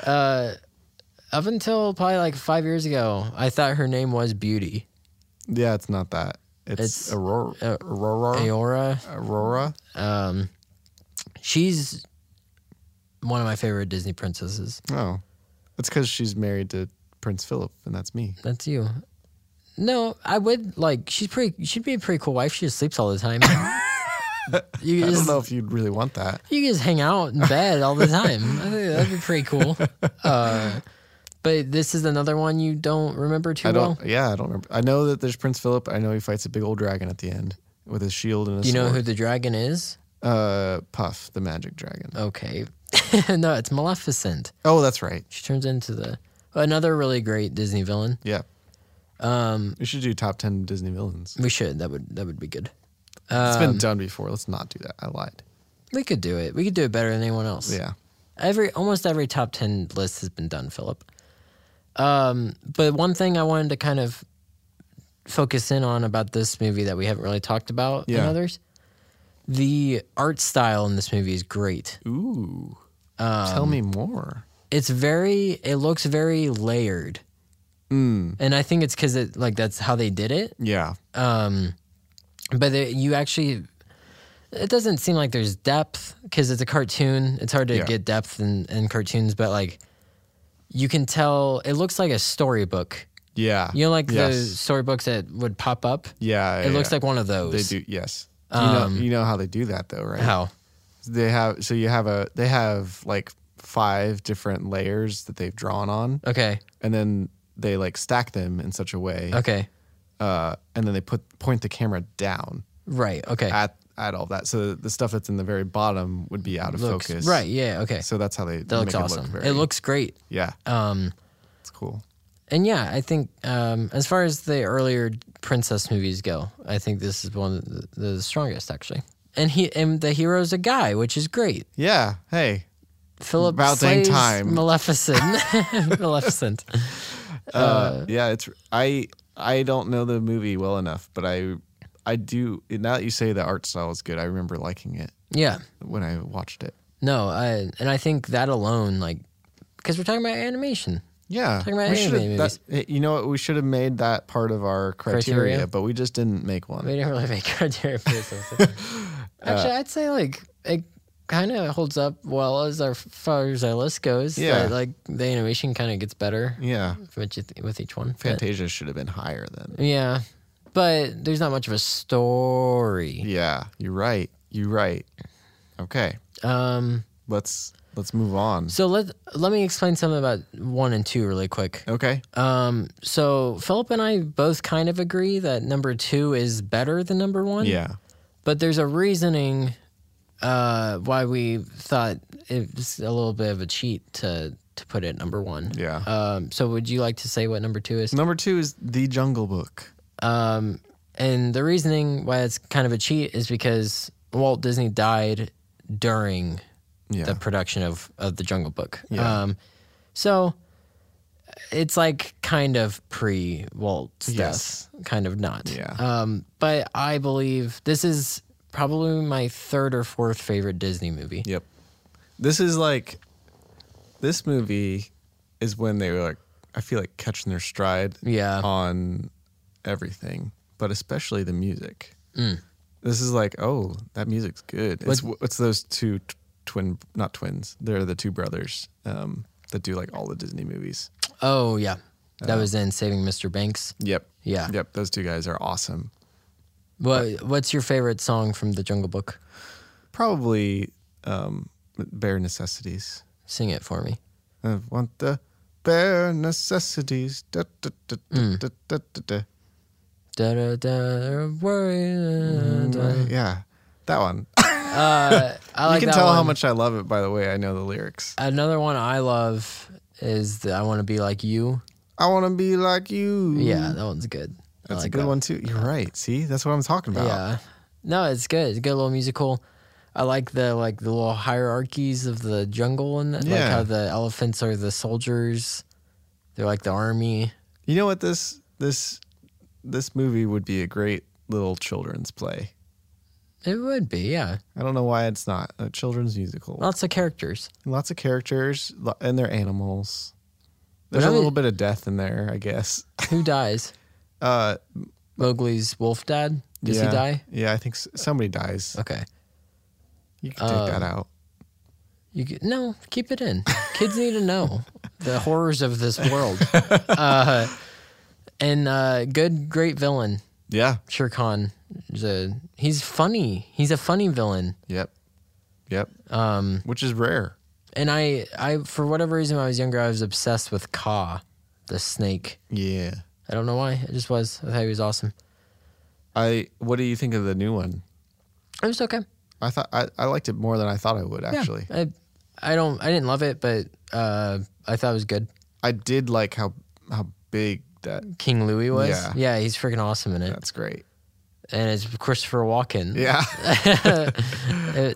Speaker 1: uh, up until probably like five years ago, I thought her name was Beauty.
Speaker 2: Yeah, it's not that. It's,
Speaker 1: It's-
Speaker 2: Aurora.
Speaker 1: uh,
Speaker 2: Aurora.
Speaker 1: Aora.
Speaker 2: Aurora.
Speaker 1: Um, she's one of my favorite Disney princesses.
Speaker 2: Oh, it's because she's married to Prince Philip, and that's me.
Speaker 1: That's you. No, I would like. She's pretty. She'd be a pretty cool wife. She just sleeps all the
Speaker 2: *laughs*
Speaker 1: time. you
Speaker 2: I don't
Speaker 1: just
Speaker 2: know if you'd really want that.
Speaker 1: you just hang out in bed all
Speaker 2: *laughs*
Speaker 1: the time. I think that'd be pretty cool. Uh, but this is another one you don't remember too
Speaker 2: I
Speaker 1: well.
Speaker 2: don't. Yeah, I don't remember. I know that there's Prince Philip. I know he fights a big old dragon at the end with his shield and his
Speaker 1: Do you know who
Speaker 2: sword.
Speaker 1: the dragon is?
Speaker 2: Uh, Puff, the magic dragon.
Speaker 1: Okay. *laughs* no, it's Maleficent.
Speaker 2: Oh, that's right.
Speaker 1: She turns into the another really great Disney villain.
Speaker 2: Yeah. Um, we should do top ten Disney villains.
Speaker 1: We should. That would that would be good.
Speaker 2: it's
Speaker 1: um,
Speaker 2: been done before. Let's not do that. I lied.
Speaker 1: We could do it. We could do it better than anyone else.
Speaker 2: Yeah.
Speaker 1: Every almost every top ten list has been done, Philip. Um, but one thing I wanted to kind of focus in on about this movie that we haven't really talked about in
Speaker 2: Yeah.
Speaker 1: others, the art style in this movie is great.
Speaker 2: Ooh. Tell
Speaker 1: Um,
Speaker 2: me more.
Speaker 1: It's very. It looks very layered, and I think it's because it like that's how they did it.
Speaker 2: Yeah.
Speaker 1: um, but it, you actually it doesn't seem like there's depth because it's a cartoon it's hard to
Speaker 2: Yeah.
Speaker 1: get depth in, in cartoons but like you can tell it looks like a storybook
Speaker 2: Yeah.
Speaker 1: you know like the
Speaker 2: Yes.
Speaker 1: storybooks that would pop up
Speaker 2: Yeah.
Speaker 1: it looks
Speaker 2: yeah.
Speaker 1: like one of
Speaker 2: they
Speaker 1: those
Speaker 2: do. Yes. you know. You know how they do that though, right?
Speaker 1: Um, how
Speaker 2: they have so you have a they have like five different layers that they've drawn on
Speaker 1: okay
Speaker 2: and then they like stack them in such a way
Speaker 1: okay
Speaker 2: uh, and then they put point the camera down
Speaker 1: right okay
Speaker 2: at at all that so the stuff that's in the very bottom would be out of
Speaker 1: looks,
Speaker 2: focus
Speaker 1: right yeah okay
Speaker 2: so that's how they
Speaker 1: that looks
Speaker 2: make
Speaker 1: awesome
Speaker 2: it,
Speaker 1: it,
Speaker 2: look very,
Speaker 1: looks great
Speaker 2: yeah
Speaker 1: um
Speaker 2: it's cool
Speaker 1: and yeah i think um as far as the earlier princess movies go i think this is one of the, the strongest actually and he and the hero's a guy which is great
Speaker 2: yeah hey
Speaker 1: Philip
Speaker 2: About dang
Speaker 1: slays
Speaker 2: time. *laughs*
Speaker 1: Maleficent. *laughs* Maleficent.
Speaker 2: uh, yeah it's i i don't know the movie well enough but i i do now that you say the art style is good i remember liking it
Speaker 1: Yeah.
Speaker 2: when i watched it
Speaker 1: No, I and I think that alone, like, because we're talking about animation.
Speaker 2: Yeah,
Speaker 1: Talking about
Speaker 2: should've-
Speaker 1: anime
Speaker 2: that- eh, you know what? We should have made that part of our criteria,
Speaker 1: Criteria.
Speaker 2: but we just didn't make one.
Speaker 1: We didn't really make criteria for
Speaker 2: *laughs*
Speaker 1: this. episode. *laughs* Actually, I'd say like it kind of holds up well as our far as our list goes.
Speaker 2: Yeah.
Speaker 1: but, like the animation kind of gets better
Speaker 2: Yeah,
Speaker 1: with each- with each one. But-
Speaker 2: Fantasia should have been higher then.
Speaker 1: yeah, but there's not much of a story.
Speaker 2: Yeah, you're right. You're right. Okay,
Speaker 1: Um.
Speaker 2: let's let's move on.
Speaker 1: So let let me explain something about one and two really quick.
Speaker 2: Okay.
Speaker 1: Um, so Philip and I both kind of agree that number two is better than number one.
Speaker 2: Yeah.
Speaker 1: But there's a reasoning uh, why we thought it was a little bit of a cheat to to put it number one.
Speaker 2: Yeah.
Speaker 1: Um, so would you like to say what number two is?
Speaker 2: Number two is The Jungle Book.
Speaker 1: Um, and the reasoning why it's kind of a cheat is because Walt Disney died during
Speaker 2: Yeah.
Speaker 1: the production of, of the Jungle Book.
Speaker 2: Yeah.
Speaker 1: Um, so it's like kind of pre Walt stuff,
Speaker 2: Yes.
Speaker 1: kind of not.
Speaker 2: Yeah.
Speaker 1: Um, but I believe this is probably my third or fourth favorite Disney movie.
Speaker 2: yep. This is like, this movie is when they were like, I feel like catching their stride.
Speaker 1: Yeah.
Speaker 2: on everything, but especially the music.
Speaker 1: Mm.
Speaker 2: This is like, oh, that music's good. It's, it's those two t- twin, not twins. They're the two brothers um, that do like all the Disney movies.
Speaker 1: Oh
Speaker 2: Uh.
Speaker 1: yeah, that was in Saving Mr. Banks.
Speaker 2: Yep.
Speaker 1: Yeah.
Speaker 2: Yep. Those two guys are awesome.
Speaker 1: What What's your favorite song from the Jungle Book?
Speaker 2: Probably um, bare necessities.
Speaker 1: Sing it for me.
Speaker 2: I want the bare necessities. Da, da, da, da,
Speaker 1: Hmm.
Speaker 2: da, da, da, da.
Speaker 1: Da da da.
Speaker 2: Mm-hmm.
Speaker 1: uh. Worry. da, da.
Speaker 2: Mm, Yeah, that one.
Speaker 1: Uh, I like
Speaker 2: *laughs* you can
Speaker 1: that
Speaker 2: tell how
Speaker 1: one.
Speaker 2: much I love it by the way I know the lyrics.
Speaker 1: Another one I love is the "I Want to Be Like You."
Speaker 2: I want to be like you.
Speaker 1: Yeah, that one's good. I
Speaker 2: Mm-hmm. That's
Speaker 1: like
Speaker 2: a good
Speaker 1: that
Speaker 2: one too. You're right. See, that's what I'm talking about.
Speaker 1: Yeah. No, it's good. It's a good little musical. I like the like the little hierarchies of the jungle and that. like
Speaker 2: Yeah.
Speaker 1: how the elephants are the soldiers. They're like the army.
Speaker 2: You know what this this this movie would be a great little children's play.
Speaker 1: It would be, yeah.
Speaker 2: I don't know why it's not a children's musical.
Speaker 1: Lots of characters.
Speaker 2: Lots of characters lo- and their animals.
Speaker 1: But
Speaker 2: There's
Speaker 1: I
Speaker 2: a
Speaker 1: would-
Speaker 2: little bit of death in there, I guess. *laughs*
Speaker 1: Who dies?
Speaker 2: Uh,
Speaker 1: Mowgli's wolf dad. Does
Speaker 2: yeah.
Speaker 1: he die? Uh,
Speaker 2: Yeah, I think s- somebody dies.
Speaker 1: Okay.
Speaker 2: You can take
Speaker 1: um,
Speaker 2: that out.
Speaker 1: You g no, keep it in. Kids need to
Speaker 2: *laughs*
Speaker 1: know the horrors of this world. Uh, and uh, good, great villain,
Speaker 2: Yeah.
Speaker 1: Shere Khan. is a- he's funny. He's a funny villain.
Speaker 2: Yep. Yep.
Speaker 1: Um,
Speaker 2: Which is rare.
Speaker 1: and I, I, for whatever reason, when I was younger, I was obsessed with Ka, the snake.
Speaker 2: Yeah.
Speaker 1: I don't know why. I just was. I thought he was awesome.
Speaker 2: I. What do you think of the new one?
Speaker 1: It was okay.
Speaker 2: I thought I, I liked it more than I thought I would.
Speaker 1: Yeah.
Speaker 2: Actually,
Speaker 1: I, I don't, I didn't love it, but uh, I thought it was good.
Speaker 2: I did like how how big that.
Speaker 1: King Louis was.
Speaker 2: Yeah.
Speaker 1: yeah he's freaking awesome in it.
Speaker 2: That's great.
Speaker 1: And it's Christopher Walken.
Speaker 2: Yeah.
Speaker 1: *laughs*
Speaker 2: *laughs*
Speaker 1: Uh,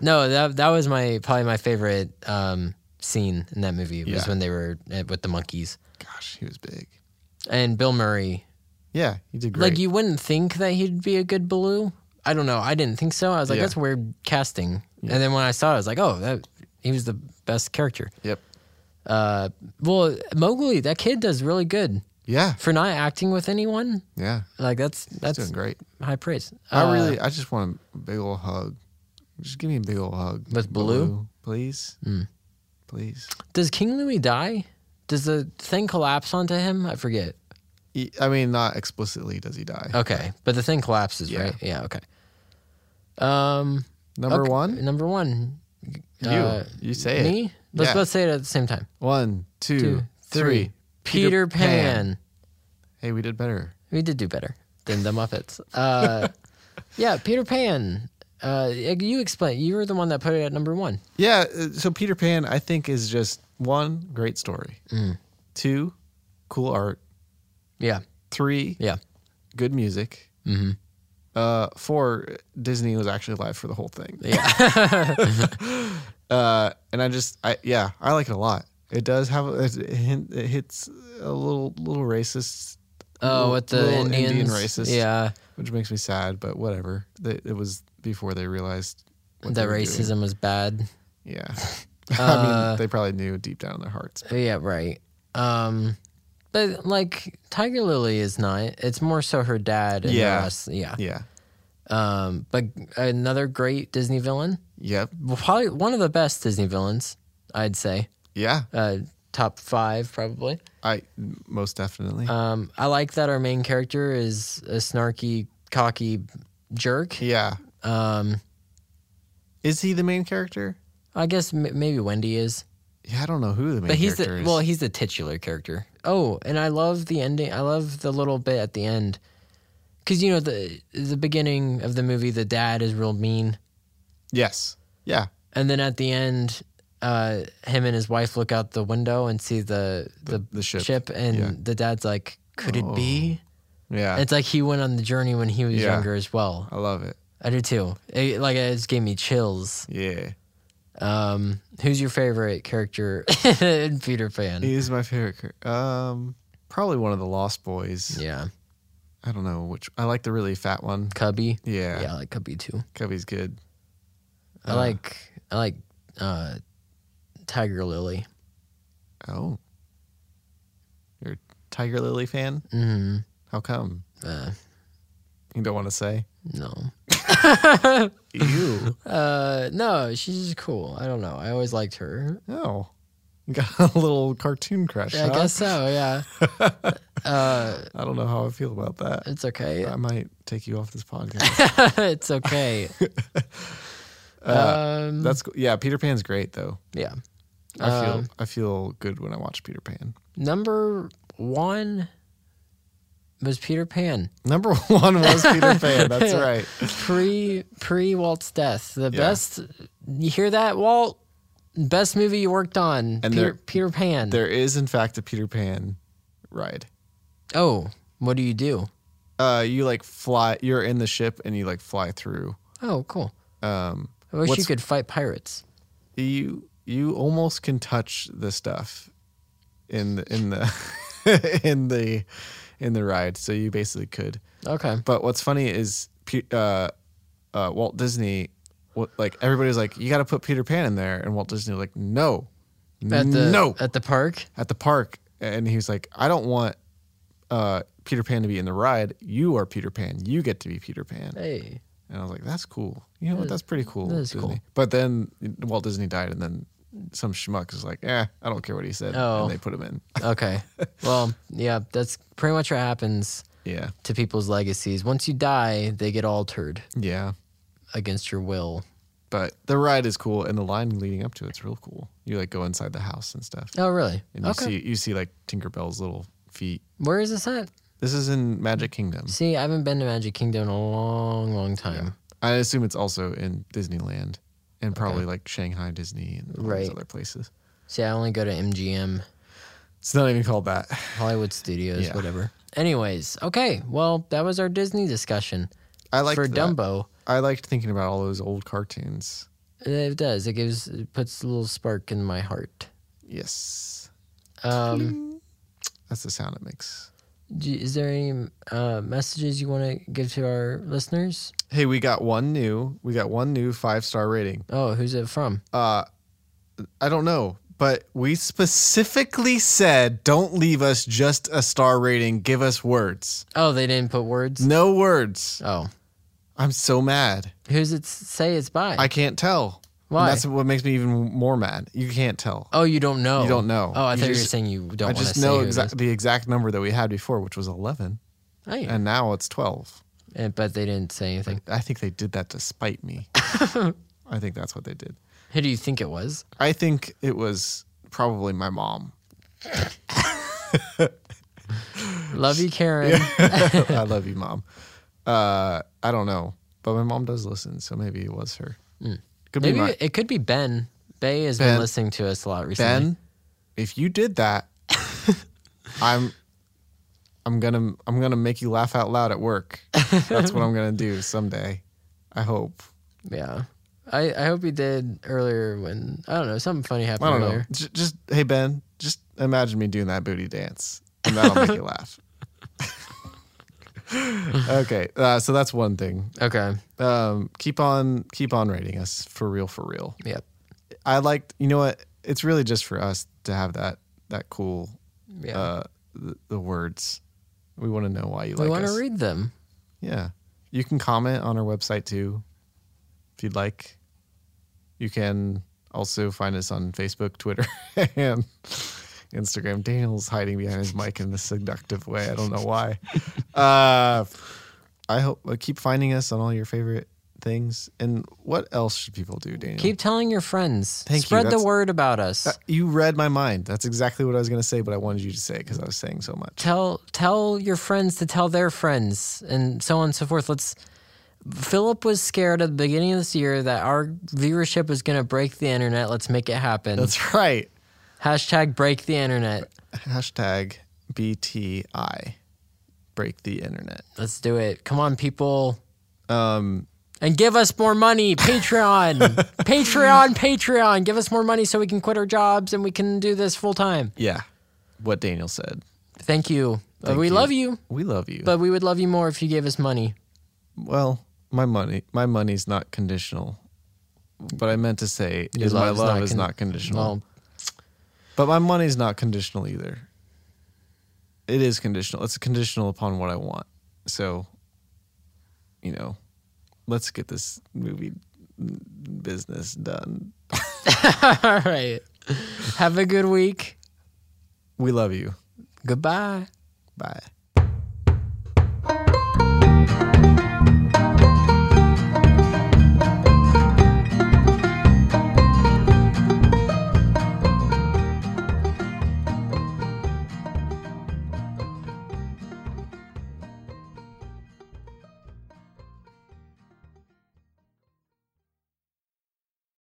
Speaker 1: no, that that was my probably my favorite um, scene in that movie was
Speaker 2: Yeah.
Speaker 1: when they were uh, with the monkeys
Speaker 2: Gosh, he was big.
Speaker 1: and Bill Murray.
Speaker 2: Yeah, he did great.
Speaker 1: Like you wouldn't think that he'd be a good Baloo. I don't know. I didn't think so. I was like,
Speaker 2: Yeah.
Speaker 1: that's weird casting. And then when I saw it, I was like, oh, that he was the best character.
Speaker 2: yep.
Speaker 1: Uh, well, Mowgli, that kid does really good
Speaker 2: Yeah.
Speaker 1: for not acting with anyone.
Speaker 2: Yeah.
Speaker 1: Like that's that's
Speaker 2: That's doing great.
Speaker 1: high praise.
Speaker 2: I
Speaker 1: Uh,
Speaker 2: really. I just want a big old hug. Just give me a big old hug
Speaker 1: With Hmm. Baloo?
Speaker 2: please. Please.
Speaker 1: does King Louis die? Does the thing collapse onto him? I forget.
Speaker 2: He- E, I mean, not explicitly does he die.
Speaker 1: Okay, but the thing collapses,
Speaker 2: Yeah.
Speaker 1: right? Yeah. Okay. Um,
Speaker 2: Number
Speaker 1: okay,
Speaker 2: one.
Speaker 1: Number one.
Speaker 2: You. you say it.
Speaker 1: Uh, me. Let's
Speaker 2: Yeah.
Speaker 1: both say it at the same time.
Speaker 2: One, two, three.
Speaker 1: Two, three. Peter, Pan.
Speaker 2: Hey, we did better.
Speaker 1: We did do better than the Muppets.
Speaker 2: *laughs*
Speaker 1: Uh, yeah, Peter Pan. Uh, you explain. You were the one that put it at number one.
Speaker 2: Yeah. uh, So Peter Pan, I think, is just one great story.
Speaker 1: Mm.
Speaker 2: Two, cool art.
Speaker 1: Yeah.
Speaker 2: Three,
Speaker 1: Yeah.
Speaker 2: good music.
Speaker 1: Mm-hmm.
Speaker 2: Uh, four, Disney was actually alive for the whole thing.
Speaker 1: Yeah.
Speaker 2: Uh, and I just, I yeah, I like it a lot. It does have it, hint- it hits a little little racist,
Speaker 1: *laughs* oh, with the
Speaker 2: Little
Speaker 1: Indians.
Speaker 2: Indian racist.
Speaker 1: Yeah.
Speaker 2: which makes me sad, but whatever. They, it was before they realized what
Speaker 1: That
Speaker 2: they were doing.
Speaker 1: racism was bad.
Speaker 2: Yeah, *laughs* I
Speaker 1: Uh,
Speaker 2: mean, they probably knew deep down in their hearts.
Speaker 1: Yeah, right. Um, but like Tiger Lily is not. It's more so her dad. And yeah.
Speaker 2: Yeah.
Speaker 1: The rest, yeah.
Speaker 2: Yeah.
Speaker 1: Um, but another great Disney villain.
Speaker 2: Yep.
Speaker 1: Well, probably one of the best Disney villains, I'd say.
Speaker 2: Yeah.
Speaker 1: Uh, top five probably.
Speaker 2: I most definitely.
Speaker 1: Um, I like that our main character is a snarky, cocky jerk.
Speaker 2: yeah.
Speaker 1: Um,
Speaker 2: Is he the main character?
Speaker 1: I guess m- maybe Wendy is,
Speaker 2: Yeah, I don't know who the main
Speaker 1: but he's
Speaker 2: character
Speaker 1: the
Speaker 2: is.
Speaker 1: well, he's the titular character. Oh, and I love the ending. I love the little bit at the end because you know the the beginning of the movie, the dad is real mean.
Speaker 2: yes. Yeah.
Speaker 1: And then at the end, uh, him and his wife look out the window and see the the,
Speaker 2: the ship.
Speaker 1: and
Speaker 2: Yeah. Oh,
Speaker 1: the dad's like, "Could it be?"
Speaker 2: Yeah.
Speaker 1: It's like he went on the journey when he was
Speaker 2: Yeah.
Speaker 1: younger as well.
Speaker 2: I love it.
Speaker 1: I do too. It, like it just gave me chills.
Speaker 2: Yeah.
Speaker 1: Um, who's your favorite character *laughs* in Peter Pan?
Speaker 2: He is my favorite character. Um probably one of the Lost Boys.
Speaker 1: Yeah,
Speaker 2: I don't know which I like the really fat one.
Speaker 1: Cubby.
Speaker 2: Yeah.
Speaker 1: Yeah, I like Cubby too.
Speaker 2: Cubby's good.
Speaker 1: I like I like uh, Tiger Lily.
Speaker 2: Oh. You're a Tiger Lily fan?
Speaker 1: hmm
Speaker 2: How come?
Speaker 1: Uh,
Speaker 2: You don't want to
Speaker 1: *laughs*
Speaker 2: say?
Speaker 1: no,
Speaker 2: You.
Speaker 1: *laughs* uh, no, she's just cool. I don't know. I always liked her.
Speaker 2: oh. *laughs* Got a little cartoon crush.
Speaker 1: Yeah, I
Speaker 2: huh?
Speaker 1: guess so. Yeah, Uh,
Speaker 2: I don't know how I feel about that.
Speaker 1: it's okay.
Speaker 2: I might take you off this podcast.
Speaker 1: *laughs* it's okay. um,
Speaker 2: That's cool. yeah. Peter Pan's great though.
Speaker 1: yeah.
Speaker 2: I feel
Speaker 1: Um,
Speaker 2: I feel good when I watch Peter Pan.
Speaker 1: Number one was Peter Pan.
Speaker 2: Number *laughs* one was
Speaker 1: *laughs*
Speaker 2: Peter Pan. That's right.
Speaker 1: Pre pre Walt's death, the best. You hear that, Walt? Best movie you worked on,
Speaker 2: And
Speaker 1: Peter,
Speaker 2: there-
Speaker 1: Peter Pan.
Speaker 2: There is in fact a Peter Pan ride.
Speaker 1: Oh, what do you do?
Speaker 2: Uh, you like fly. You're in the ship and you like fly through.
Speaker 1: Oh, cool.
Speaker 2: Um,
Speaker 1: I wish you
Speaker 2: What's-
Speaker 1: could fight pirates.
Speaker 2: you you almost can touch the stuff in the, in the *laughs* in the in the ride. So you basically could.
Speaker 1: Okay.
Speaker 2: But what's funny is Pe- uh, uh, Walt Disney, what, like everybody was like, you got to put Peter Pan in there, and Walt Disney was like, no,
Speaker 1: At the
Speaker 2: no,
Speaker 1: at the park.
Speaker 2: at the park, and he was like, I don't want uh, Peter Pan to be in the ride. You are Peter Pan. You get to be Peter Pan.
Speaker 1: Hey.
Speaker 2: And I was like, that's cool. You know what? That's pretty cool.
Speaker 1: that is
Speaker 2: Disney.
Speaker 1: cool.
Speaker 2: But then Walt Disney died, and then some schmuck is like, eh, I don't care what he said,
Speaker 1: Oh.
Speaker 2: and they put him in. *laughs*
Speaker 1: Okay. well, yeah, that's pretty much what happens
Speaker 2: yeah,
Speaker 1: to people's legacies. Once you die, they get altered
Speaker 2: yeah.
Speaker 1: against your will.
Speaker 2: But the ride is cool, and the line leading up to it's real cool. You like go inside the house and stuff.
Speaker 1: Oh, really?
Speaker 2: and you
Speaker 1: okay.
Speaker 2: see you see like Tinkerbell's little feet.
Speaker 1: Where is this at?
Speaker 2: This is in Magic Kingdom.
Speaker 1: See, I haven't been to Magic Kingdom in a long, long time.
Speaker 2: I assume it's also in Disneyland and probably like Shanghai Disney and all these
Speaker 1: Right.
Speaker 2: other places.
Speaker 1: See, I only go to MGM,
Speaker 2: It's not even called that. *laughs*
Speaker 1: Hollywood Studios,
Speaker 2: Yeah.
Speaker 1: whatever. Anyways, okay. Well, that was our Disney discussion
Speaker 2: I like
Speaker 1: for Dumbo.
Speaker 2: I liked thinking about all those old cartoons.
Speaker 1: It does. It gives it puts a little spark in my heart.
Speaker 2: Yes, *laughs*
Speaker 1: Um,
Speaker 2: that's the sound it makes.
Speaker 1: do- is there any uh, messages you want to give to our listeners?
Speaker 2: Hey, we got one new. We got one new five star rating.
Speaker 1: Oh, who's it from?
Speaker 2: uh, I don't know, but we specifically said don't leave us just a star rating. Give us words.
Speaker 1: Oh, they didn't put words.
Speaker 2: No words.
Speaker 1: Oh,
Speaker 2: I'm so mad.
Speaker 1: who's it s- say it's by?
Speaker 2: I can't tell. And
Speaker 1: Why?
Speaker 2: that's what makes me even more mad. You can't tell.
Speaker 1: oh, you don't know.
Speaker 2: You don't know.
Speaker 1: Oh, I
Speaker 2: You
Speaker 1: thought you were
Speaker 2: just-
Speaker 1: saying you don't
Speaker 2: I
Speaker 1: want to
Speaker 2: just
Speaker 1: say
Speaker 2: know
Speaker 1: who it
Speaker 2: exact
Speaker 1: is.
Speaker 2: the exact number that we had before, which was 11,
Speaker 1: Oh, yeah.
Speaker 2: and now it's 12.
Speaker 1: And- Eh, but they didn't say anything.
Speaker 2: I think they did that to spite
Speaker 1: *laughs*
Speaker 2: me. I think that's what they did.
Speaker 1: Who do you think it was?
Speaker 2: I think it was probably my mom.
Speaker 1: Love you, Karen.
Speaker 2: *laughs* I love you, mom. Uh, I don't know, but my mom does listen, so maybe it was her. Could
Speaker 1: *laughs* Mm. Maybe
Speaker 2: be my
Speaker 1: it could be Ben. Bay has been
Speaker 2: Ben.
Speaker 1: listening to us a lot recently.
Speaker 2: Ben. If you
Speaker 1: *laughs*
Speaker 2: did that, I'm. I'm gonna I'm gonna make you laugh out loud at work. That's what I'm gonna do someday. I hope.
Speaker 1: Yeah. I, I hope he did earlier when I don't know something funny happened
Speaker 2: I don't know.
Speaker 1: earlier.
Speaker 2: J- just hey Ben, just imagine me doing that booty dance, and that'll
Speaker 1: *laughs*
Speaker 2: make you laugh. *laughs* okay, uh, so that's one thing.
Speaker 1: Okay.
Speaker 2: Um, keep on, keep on rating us for real, for real.
Speaker 1: Yep.
Speaker 2: I liked, you know what? It's really just for us to have that that cool,
Speaker 1: Yeah.
Speaker 2: uh, the, the words. We want to know why you
Speaker 1: we
Speaker 2: like
Speaker 1: want
Speaker 2: us.
Speaker 1: to read them.
Speaker 2: Yeah, you can comment on our website too, if you'd like. You can also find us on Facebook, Twitter, *laughs* and Instagram. Daniel's hiding behind his mic in a seductive way. I don't know
Speaker 1: *laughs*
Speaker 2: why. Uh, I hope uh, keep finding us on all your favorite things. And what else should people do, Daniel?
Speaker 1: Keep telling your friends.
Speaker 2: Thank you.
Speaker 1: Spread the
Speaker 2: That's-
Speaker 1: word about us.
Speaker 2: Uh, you read my mind. That's exactly what I was going to say, but I wanted you to say it because I was saying so much.
Speaker 1: tell tell your friends to tell their friends and so on and so forth. Let's Philip was scared at the beginning of this year that our viewership was gonna break the internet. Let's make it happen.
Speaker 2: That's *laughs* right.
Speaker 1: Hashtag break the internet.
Speaker 2: Hashtag BTI. Break the internet.
Speaker 1: Let's do it. Come on, people. Um, and give us more money, Patreon,
Speaker 2: *laughs*
Speaker 1: Patreon, Patreon. Give us more money so we can quit our jobs and we can do this full time.
Speaker 2: Yeah. What Daniel said.
Speaker 1: Thank you. Uh,
Speaker 2: Thank
Speaker 1: we
Speaker 2: you.
Speaker 1: love you,
Speaker 2: We love you.
Speaker 1: but we would love you more if you gave us money.
Speaker 2: well, my money my money's not conditional. But I meant to say is my
Speaker 1: love is
Speaker 2: love
Speaker 1: not
Speaker 2: is
Speaker 1: con-
Speaker 2: not conditional.
Speaker 1: Well,
Speaker 2: But my money's not conditional either. It is conditional. It's conditional upon what I want. So, you know, let's get this movie business done.
Speaker 1: *laughs* all right. Have a good week.
Speaker 2: We love you.
Speaker 1: Goodbye.
Speaker 2: Bye.